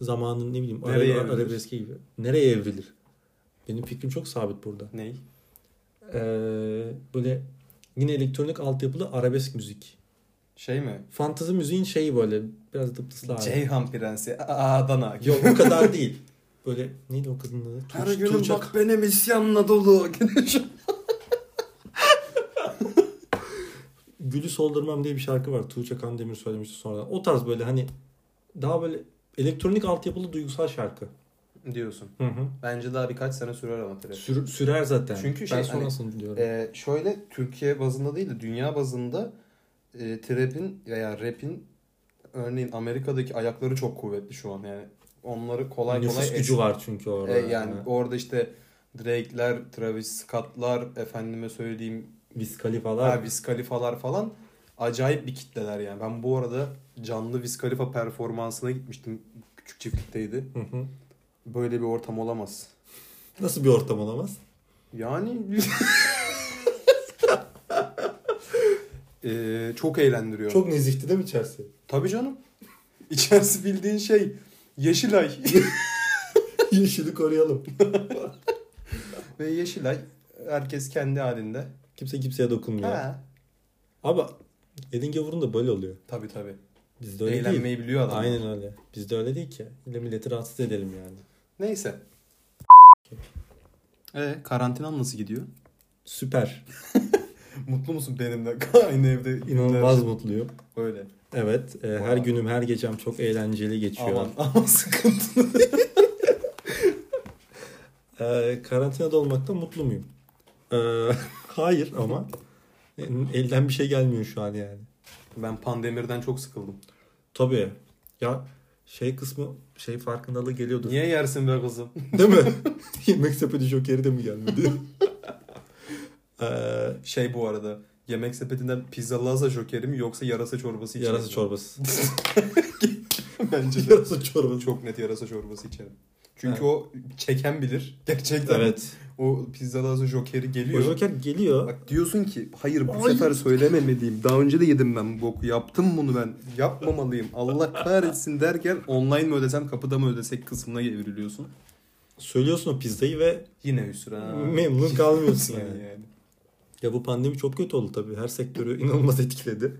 [SPEAKER 2] zamanın ne bileyim
[SPEAKER 1] Nereye
[SPEAKER 2] ara-
[SPEAKER 1] evrilir?
[SPEAKER 2] arabeski gibi. Nereye evrilir? Benim fikrim çok sabit burada.
[SPEAKER 1] Ney?
[SPEAKER 2] Ee, böyle yine elektronik altyapılı arabesk müzik.
[SPEAKER 1] Şey mi?
[SPEAKER 2] Fantazi müziğin şeyi böyle biraz dıptıslı hali.
[SPEAKER 1] Ceyhan Prensi Aa, Adana.
[SPEAKER 2] Yok o kadar değil. Böyle neydi o kızın adı?
[SPEAKER 1] Her
[SPEAKER 2] Tuğç-
[SPEAKER 1] günüm
[SPEAKER 2] Tuğçe-
[SPEAKER 1] bak benim isyanla dolu.
[SPEAKER 2] Gülü Soldurmam diye bir şarkı var. Tuğçe Kandemir söylemişti sonradan. O tarz böyle hani daha böyle elektronik altyapılı duygusal şarkı.
[SPEAKER 1] Diyorsun.
[SPEAKER 2] Hı hı.
[SPEAKER 1] Bence daha birkaç sene sürer ama trap.
[SPEAKER 2] Sür- sürer zaten.
[SPEAKER 1] Çünkü
[SPEAKER 2] ben
[SPEAKER 1] şey hani-
[SPEAKER 2] sonrasını diyorum.
[SPEAKER 1] Ee, şöyle Türkiye bazında değil de dünya bazında e, trap'in veya rap'in örneğin Amerika'daki ayakları çok kuvvetli şu an yani. Onları kolay
[SPEAKER 2] Nüfus
[SPEAKER 1] kolay
[SPEAKER 2] gücü var çünkü orada.
[SPEAKER 1] E, yani orada işte Drake'ler, Travis Scott'lar, efendime söyleyeyim
[SPEAKER 2] Wiz Khalifa'lar.
[SPEAKER 1] Travis Khalifa'lar falan acayip bir kitleler yani. Ben bu arada canlı Wiz Khalifa performansına gitmiştim. Küçük çiftlikteydi.
[SPEAKER 2] Hı hı.
[SPEAKER 1] Böyle bir ortam olamaz.
[SPEAKER 2] Nasıl bir ortam olamaz?
[SPEAKER 1] Yani Ee, çok eğlendiriyor.
[SPEAKER 2] Çok nezihti değil mi içerisi?
[SPEAKER 1] Tabii canım. İçerisi bildiğin şey Yeşilay.
[SPEAKER 2] Yeşili koruyalım.
[SPEAKER 1] Ve Yeşilay herkes kendi halinde.
[SPEAKER 2] Kimse kimseye dokunmuyor.
[SPEAKER 1] Ha.
[SPEAKER 2] Abi Edin Gavur'un da böyle oluyor.
[SPEAKER 1] Tabii tabii.
[SPEAKER 2] Bizde öyle
[SPEAKER 1] Eğlenmeyi
[SPEAKER 2] değil.
[SPEAKER 1] biliyor adam.
[SPEAKER 2] Aynen öyle. Bizde öyle değil ki. İlle milleti rahatsız edelim yani.
[SPEAKER 1] Neyse. E karantinan nasıl gidiyor?
[SPEAKER 2] Süper.
[SPEAKER 1] Mutlu musun benimle? Aynı evde
[SPEAKER 2] İnanılmaz mutluyum.
[SPEAKER 1] Öyle.
[SPEAKER 2] Evet. e, her
[SPEAKER 1] Vay.
[SPEAKER 2] günüm, her gecem çok eğlenceli geçiyor.
[SPEAKER 1] Aman aman sıkıntı.
[SPEAKER 2] E, karantinada olmaktan mutlu muyum? E, hayır ama elden bir şey gelmiyor şu an yani.
[SPEAKER 1] Ben pandemirden çok sıkıldım.
[SPEAKER 2] Tabii. Ya şey kısmı şey farkındalığı geliyordur.
[SPEAKER 1] Niye yersin be kızım?
[SPEAKER 2] Değil mi? Yemek sepeti jokeri de mi gelmedi? Ee,
[SPEAKER 1] Şey bu arada yemek sepetinden pizza laza jokeri mi yoksa yarasa çorbası içerim
[SPEAKER 2] yarasa
[SPEAKER 1] Şey mi?
[SPEAKER 2] çorbası.
[SPEAKER 1] Bence de.
[SPEAKER 2] yarasa çorbası.
[SPEAKER 1] Çok net yarasa çorbası içerim. Çünkü o çeken bilir. Gerçekten.
[SPEAKER 2] Evet.
[SPEAKER 1] O pizzada az önce Joker'i
[SPEAKER 2] O
[SPEAKER 1] geliyor.
[SPEAKER 2] Joker geliyor.
[SPEAKER 1] Bak diyorsun ki hayır bu
[SPEAKER 2] Ay.
[SPEAKER 1] sefer söylememediğim. Daha önce de yedim ben bu boku. Yaptım bunu ben. Yapmamalıyım. Allah kahretsin derken online mi ödesem kapıda mı ödesek kısmına evriliyorsun.
[SPEAKER 2] Söylüyorsun o pizzayı ve
[SPEAKER 1] Yine hüsran.
[SPEAKER 2] Memnun kalmıyorsun yani.
[SPEAKER 1] yani.
[SPEAKER 2] Ya bu pandemi çok kötü oldu tabii. Her sektörü inanılmaz etkiledi.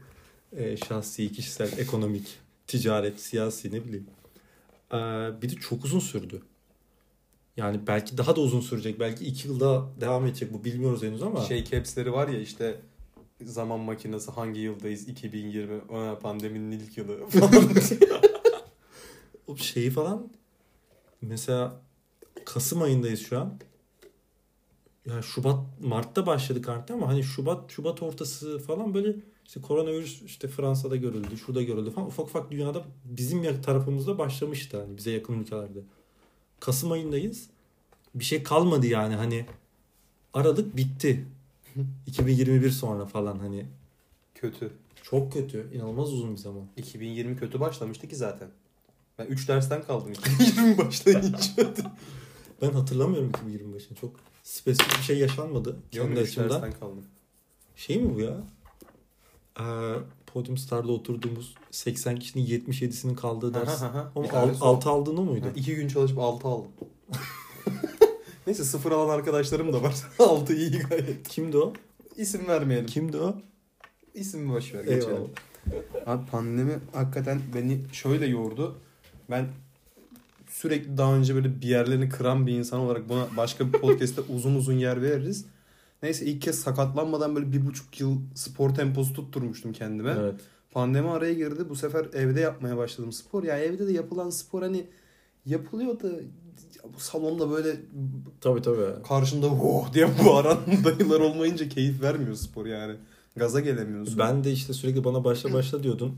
[SPEAKER 2] Ee, şahsi, kişisel, ekonomik, ticaret, siyasi ne bileyim. Ee, bir de çok uzun sürdü. Yani belki daha da uzun sürecek. Belki iki yıl daha devam edecek. Bu bilmiyoruz henüz ama.
[SPEAKER 1] Şey capsleri var ya işte zaman makinesi hangi yıldayız 2020 Aa, pandeminin ilk yılı falan.
[SPEAKER 2] O şeyi falan mesela Kasım ayındayız şu an. Ya Şubat, Mart'ta başladı karantina ama hani Şubat, Şubat ortası falan böyle işte koronavirüs işte Fransa'da görüldü, şurada görüldü falan. Ufak ufak dünyada bizim ya- tarafımızda başlamıştı hani bize yakın ülkelerde. Kasım ayındayız. Bir şey kalmadı yani hani Aralık bitti. 2021 sonra falan hani
[SPEAKER 1] kötü.
[SPEAKER 2] çok kötü, inanılmaz uzun bir zaman.
[SPEAKER 1] 2020 kötü başlamıştı ki zaten. Ben 3 dersten kaldım 2020 başlayınca.
[SPEAKER 2] Ben hatırlamıyorum 2025'ini. Çok spesifik bir şey yaşanmadı.
[SPEAKER 1] Yok
[SPEAKER 2] Kendi
[SPEAKER 1] 3
[SPEAKER 2] açımdan.
[SPEAKER 1] dersten kaldım.
[SPEAKER 2] Şey mi bu ya? Ee, Podium Star'da oturduğumuz 80 kişinin 77'sinin kaldığı ders.
[SPEAKER 1] Ha, ha, ha.
[SPEAKER 2] Ama
[SPEAKER 1] Bir tane
[SPEAKER 2] 6
[SPEAKER 1] son.
[SPEAKER 2] aldığın o muydu?
[SPEAKER 1] 2 gün çalışıp 6 aldım. Neyse sıfır alan arkadaşlarım da var. 6 iyi gayet.
[SPEAKER 2] Kimdi o?
[SPEAKER 1] İsim vermeyelim.
[SPEAKER 2] Kimdi o?
[SPEAKER 1] İsim boş ver
[SPEAKER 2] Eyvallah.
[SPEAKER 1] geçelim. Abi pandemi hakikaten beni şöyle yordu. Ben sürekli daha önce böyle bir yerlerini kıran bir insan olarak buna başka bir podcast'te uzun uzun yer veririz. Neyse ilk kez sakatlanmadan böyle bir buçuk yıl spor temposu tutturmuştum kendime.
[SPEAKER 2] Evet.
[SPEAKER 1] Pandemi araya girdi. Bu sefer evde yapmaya başladım spor. Ya evde de yapılan spor hani yapılıyor da ya bu salonda böyle
[SPEAKER 2] Tabii tabii.
[SPEAKER 1] karşında oh diye bağıran dayılar olmayınca keyif vermiyor spor yani. Gaza gelemiyorsun.
[SPEAKER 2] Ben de işte sürekli bana başla başla diyordun.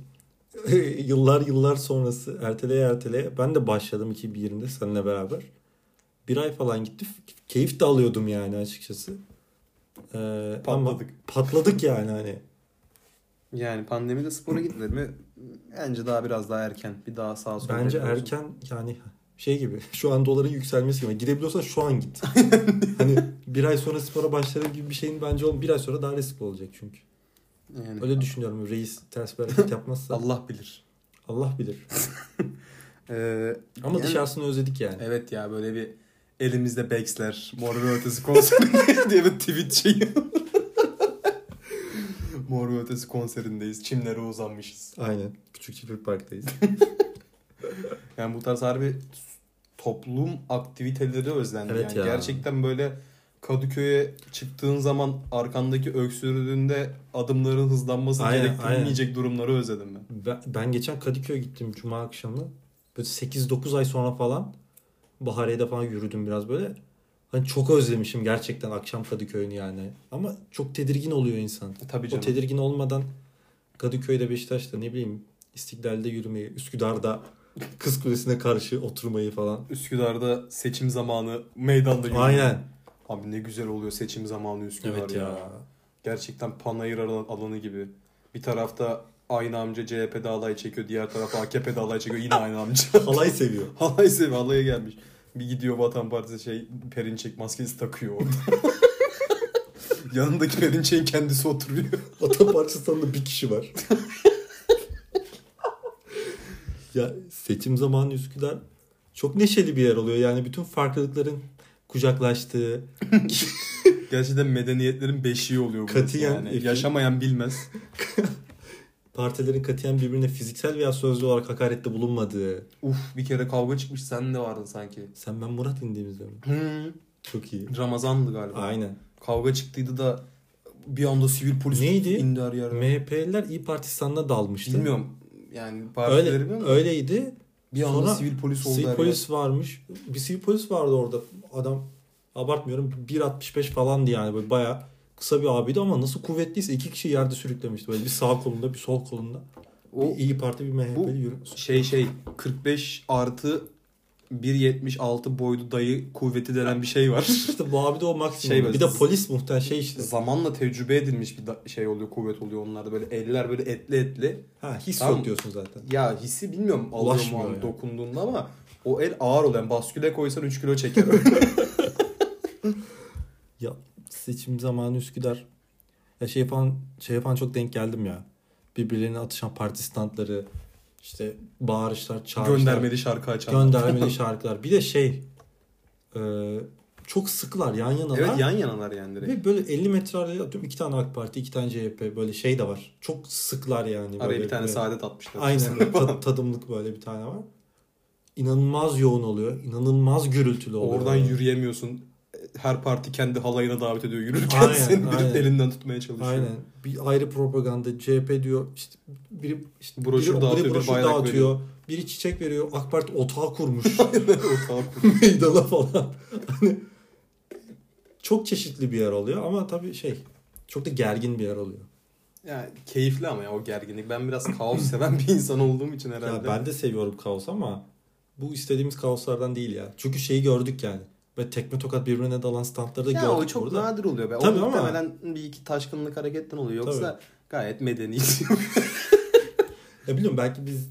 [SPEAKER 2] yıllar yıllar sonrası erteleye erteleye ben de başladım 2020'de seninle beraber. Bir ay falan gitti. F- Keyif de alıyordum yani açıkçası. Ee, ama
[SPEAKER 1] Patladık.
[SPEAKER 2] patladık yani hani.
[SPEAKER 1] Yani pandemide spora gitmedi mi? Bence daha biraz daha erken. Bir daha sağa sola.
[SPEAKER 2] Bence
[SPEAKER 1] bakıyorsun.
[SPEAKER 2] erken yani şey gibi şu an doların yükselmesi gibi. Gidebiliyorsan şu an git. hani bir ay sonra spora başlarım gibi bir şeyin bence ol- bir ay sonra daha riskli olacak çünkü.
[SPEAKER 1] Yani
[SPEAKER 2] Öyle düşünüyorum. Reis ters bir hareket yapmazsa
[SPEAKER 1] Allah bilir.
[SPEAKER 2] Allah bilir.
[SPEAKER 1] Ee,
[SPEAKER 2] Ama
[SPEAKER 1] yani-
[SPEAKER 2] dışarısını özledik yani.
[SPEAKER 1] Evet ya böyle bir elimizde Bex'ler, Mor ve Ötesi konserindeyiz diye bir tweet şeyi. Mor ve Ötesi konserindeyiz. Çimlere uzanmışız.
[SPEAKER 2] Aynen. Küçük Çiftlik Park'tayız.
[SPEAKER 1] Yani bu tarz harbi toplum aktiviteleri özlendi.
[SPEAKER 2] Evet
[SPEAKER 1] yani
[SPEAKER 2] ya.
[SPEAKER 1] Gerçekten böyle Kadıköy'e çıktığın zaman arkandaki öksürdüğünde adımların hızlanması
[SPEAKER 2] Aynen,
[SPEAKER 1] gerektirmeyecek durumları özledim ben.
[SPEAKER 2] ben, ben geçen Kadıköy'e gittim Cuma akşamı. Böyle 8-9 ay sonra falan Bahariye'de falan yürüdüm biraz böyle. Hani çok özlemişim gerçekten akşam Kadıköy'ünü yani. Ama çok tedirgin oluyor insan.
[SPEAKER 1] E, tabii
[SPEAKER 2] O
[SPEAKER 1] canım.
[SPEAKER 2] tedirgin olmadan Kadıköy'de, Beşiktaş'ta ne bileyim İstiklal'de yürümeyi, Üsküdar'da Kız Kulesi'ne karşı oturmayı falan.
[SPEAKER 1] Üsküdar'da seçim zamanı meydanda yürüyor.
[SPEAKER 2] Aynen.
[SPEAKER 1] Abi ne güzel oluyor seçim zamanı Üsküdar
[SPEAKER 2] Evet
[SPEAKER 1] ya.
[SPEAKER 2] ya.
[SPEAKER 1] Gerçekten panayır alan- alanı gibi. Bir tarafta aynı amca CHP'de alay çekiyor. Diğer tarafta AKP'de alay çekiyor. Yine aynı amca.
[SPEAKER 2] Halay seviyor.
[SPEAKER 1] Halay sevi halaya gelmiş. Bir gidiyor Vatan Partisi şey Perinçek maskesi takıyor orada. Yanındaki Perinçek'in kendisi oturuyor.
[SPEAKER 2] Vatan Partisi'nde bir kişi var. ya seçim zamanı Üsküdar çok neşeli bir yer oluyor. Yani bütün farklılıkların kucaklaştığı,
[SPEAKER 1] Gerçekten medeniyetlerin beşiği oluyor burası
[SPEAKER 2] Katiyen
[SPEAKER 1] yani.
[SPEAKER 2] iki-
[SPEAKER 1] Yaşamayan bilmez.
[SPEAKER 2] partilerin katiyen birbirine fiziksel veya sözlü olarak hakarette bulunmadığı.
[SPEAKER 1] Uf bir kere kavga çıkmış sen de vardın sanki.
[SPEAKER 2] Sen ben Murat indiğimizde mi?
[SPEAKER 1] Hı,
[SPEAKER 2] Çok iyi.
[SPEAKER 1] Ramazandı galiba.
[SPEAKER 2] Aynen.
[SPEAKER 1] Kavga çıktıydı da bir anda sivil polis
[SPEAKER 2] Neydi?
[SPEAKER 1] indi her yerden.
[SPEAKER 2] MHP'liler İyi Partistan'da dalmıştı.
[SPEAKER 1] Bilmiyorum. Yani partileri
[SPEAKER 2] Öyle,
[SPEAKER 1] bilmiyorum.
[SPEAKER 2] öyleydi.
[SPEAKER 1] Bir anda
[SPEAKER 2] Sonra
[SPEAKER 1] sivil polis oldu.
[SPEAKER 2] Sivil
[SPEAKER 1] her yer.
[SPEAKER 2] polis varmış. Bir sivil polis vardı orada. Adam abartmıyorum 1.65 falandı yani böyle bayağı kısa bir abiydi ama nasıl kuvvetliyse iki kişi yerde sürüklemişti. Böyle bir sağ kolunda bir sol kolunda.
[SPEAKER 1] O
[SPEAKER 2] bir İyi Parti bir
[SPEAKER 1] bu-
[SPEAKER 2] MHP'li yürü.
[SPEAKER 1] şey şey 45 artı 1.76 boylu dayı kuvveti denen bir şey var.
[SPEAKER 2] İşte bu abi de o maksimum.
[SPEAKER 1] Şey böyle-
[SPEAKER 2] bir de polis muhtemelen şey işte.
[SPEAKER 1] Zamanla tecrübe edilmiş bir da- şey oluyor, kuvvet oluyor onlarda. Böyle eller böyle etli etli.
[SPEAKER 2] Ha his
[SPEAKER 1] Tamam.
[SPEAKER 2] yok diyorsun zaten.
[SPEAKER 1] Ya hissi bilmiyorum alıyor mu
[SPEAKER 2] Ulaşmıyor
[SPEAKER 1] abi
[SPEAKER 2] yani.
[SPEAKER 1] dokunduğunda ama O el ağır oluyor. Yani basküle koysan 3 kilo çeker.
[SPEAKER 2] Ya seçim zamanı Üsküdar. Ya şey yapan, şey yapan çok denk geldim ya. Birbirlerine atışan parti standları, işte bağırışlar, çağrışlar.
[SPEAKER 1] Göndermeli şarkı açan.
[SPEAKER 2] göndermeli şarkılar. Bir de şey e, çok sıklar yan yana.
[SPEAKER 1] Evet yan yanalar yani direkt.
[SPEAKER 2] Ve böyle 50 metre arayla atıyorum iki tane AK Parti, iki tane CHP böyle şey de var. Çok sıklar yani.
[SPEAKER 1] Araya
[SPEAKER 2] böyle,
[SPEAKER 1] bir tane
[SPEAKER 2] böyle.
[SPEAKER 1] saadet atmışlar.
[SPEAKER 2] Aynen. ta- tadımlık böyle bir tane var. İnanılmaz yoğun oluyor. inanılmaz gürültülü oluyor.
[SPEAKER 1] Oradan yürüyemiyorsun. Her parti kendi halayına davet ediyor yürürken
[SPEAKER 2] Aynen,
[SPEAKER 1] seni bir
[SPEAKER 2] aynen.
[SPEAKER 1] elinden tutmaya çalışıyor.
[SPEAKER 2] Aynen. Bir ayrı propaganda CHP diyor işte biri işte
[SPEAKER 1] Broşür
[SPEAKER 2] biri,
[SPEAKER 1] dağıtıyor,
[SPEAKER 2] biri
[SPEAKER 1] biri
[SPEAKER 2] broşür
[SPEAKER 1] bayrak
[SPEAKER 2] dağıtıyor.
[SPEAKER 1] veriyor.
[SPEAKER 2] Biri çiçek veriyor. AK Parti otağı kurmuş.
[SPEAKER 1] O tamam.
[SPEAKER 2] meydana falan. Hani çok çeşitli bir yer oluyor ama tabii şey çok da gergin bir yer oluyor.
[SPEAKER 1] yani keyifli ama ya o gerginlik. Ben biraz kaos seven bir insan olduğum için herhalde.
[SPEAKER 2] Ya ben de seviyorum kaos ama bu istediğimiz kaoslardan değil ya. Çünkü şeyi gördük yani. Ve tekme tokat birbirine dalan standları da
[SPEAKER 1] Ya
[SPEAKER 2] gördük
[SPEAKER 1] o çok
[SPEAKER 2] burada.
[SPEAKER 1] nadir oluyor. Be. O
[SPEAKER 2] Tabii ama-
[SPEAKER 1] muhtemelen bir iki taşkınlık hareketten oluyor. Yoksa
[SPEAKER 2] Tabii.
[SPEAKER 1] gayet medeni.
[SPEAKER 2] Ya biliyorum E belki biz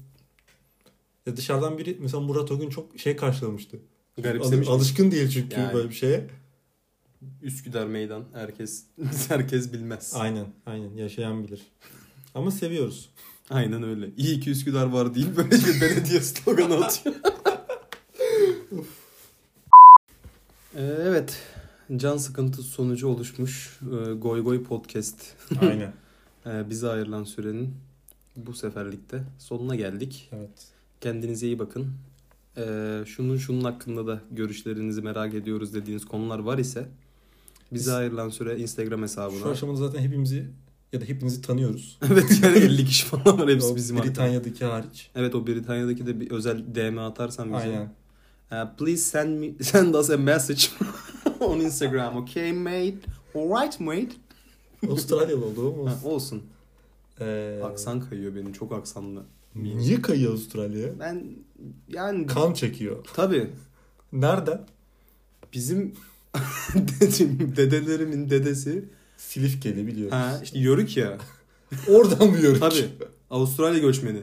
[SPEAKER 2] ya dışarıdan biri mesela Murat Ogün çok şey karşılamıştı. Al-
[SPEAKER 1] Garipsemiş.
[SPEAKER 2] alışkın değil çünkü
[SPEAKER 1] Yani.
[SPEAKER 2] böyle bir şeye.
[SPEAKER 1] Üsküdar meydan. Herkes herkes bilmez.
[SPEAKER 2] Aynen aynen yaşayan bilir. Ama seviyoruz.
[SPEAKER 1] Aynen öyle. İyi ki Üsküdar var değil böyle bir belediye sloganı atıyor. Ee, evet. Can sıkıntısı sonucu oluşmuş e, Goy Goy Podcast
[SPEAKER 2] Aynen.
[SPEAKER 1] e, bize ayrılan sürenin bu seferlikte sonuna geldik.
[SPEAKER 2] evet.
[SPEAKER 1] Kendinize iyi bakın. E, şunun şunun hakkında da görüşlerinizi merak ediyoruz dediğiniz konular var ise bize ayrılan süre Instagram
[SPEAKER 2] Şu
[SPEAKER 1] hesabına.
[SPEAKER 2] aşamada zaten hepimizi ya da hepinizi tanıyoruz.
[SPEAKER 1] evet yani 50 kişi falan var hepsi
[SPEAKER 2] O
[SPEAKER 1] bizim arkadaş.
[SPEAKER 2] Britanya'daki hariç.
[SPEAKER 1] Evet o Britanya'daki de bir özel DM atarsan bize.
[SPEAKER 2] Aynen.
[SPEAKER 1] Uh, please send me send us a message on Instagram, okay mate? Alright mate.
[SPEAKER 2] Avustralyalı oldu ama.
[SPEAKER 1] Ha, olsun.
[SPEAKER 2] Ee,
[SPEAKER 1] Aksan kayıyor benim çok aksanlı.
[SPEAKER 2] Niye kayıyor Avustralya'ya?
[SPEAKER 1] Ben yani
[SPEAKER 2] Kan çekiyor.
[SPEAKER 1] tabii
[SPEAKER 2] Nerede?
[SPEAKER 1] bizim dedim dedelerimin dedesi
[SPEAKER 2] Silifke'de biliyoruz.
[SPEAKER 1] ha işte yörük ya.
[SPEAKER 2] Oradan biliyoruz.
[SPEAKER 1] Tabii. Avustralya göçmeni.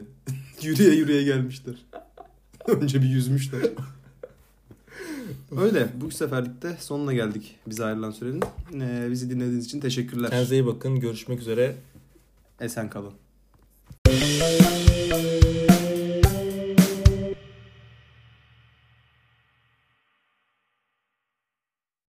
[SPEAKER 1] yürüye yürüye gelmişler. Önce bir yüzmüşler. Öyle bu seferlikte sonuna geldik bize ayrılan sürenin. Ee, bizi dinlediğiniz için teşekkürler.
[SPEAKER 2] Kendinize iyi bakın. Görüşmek üzere.
[SPEAKER 1] Esen kalın.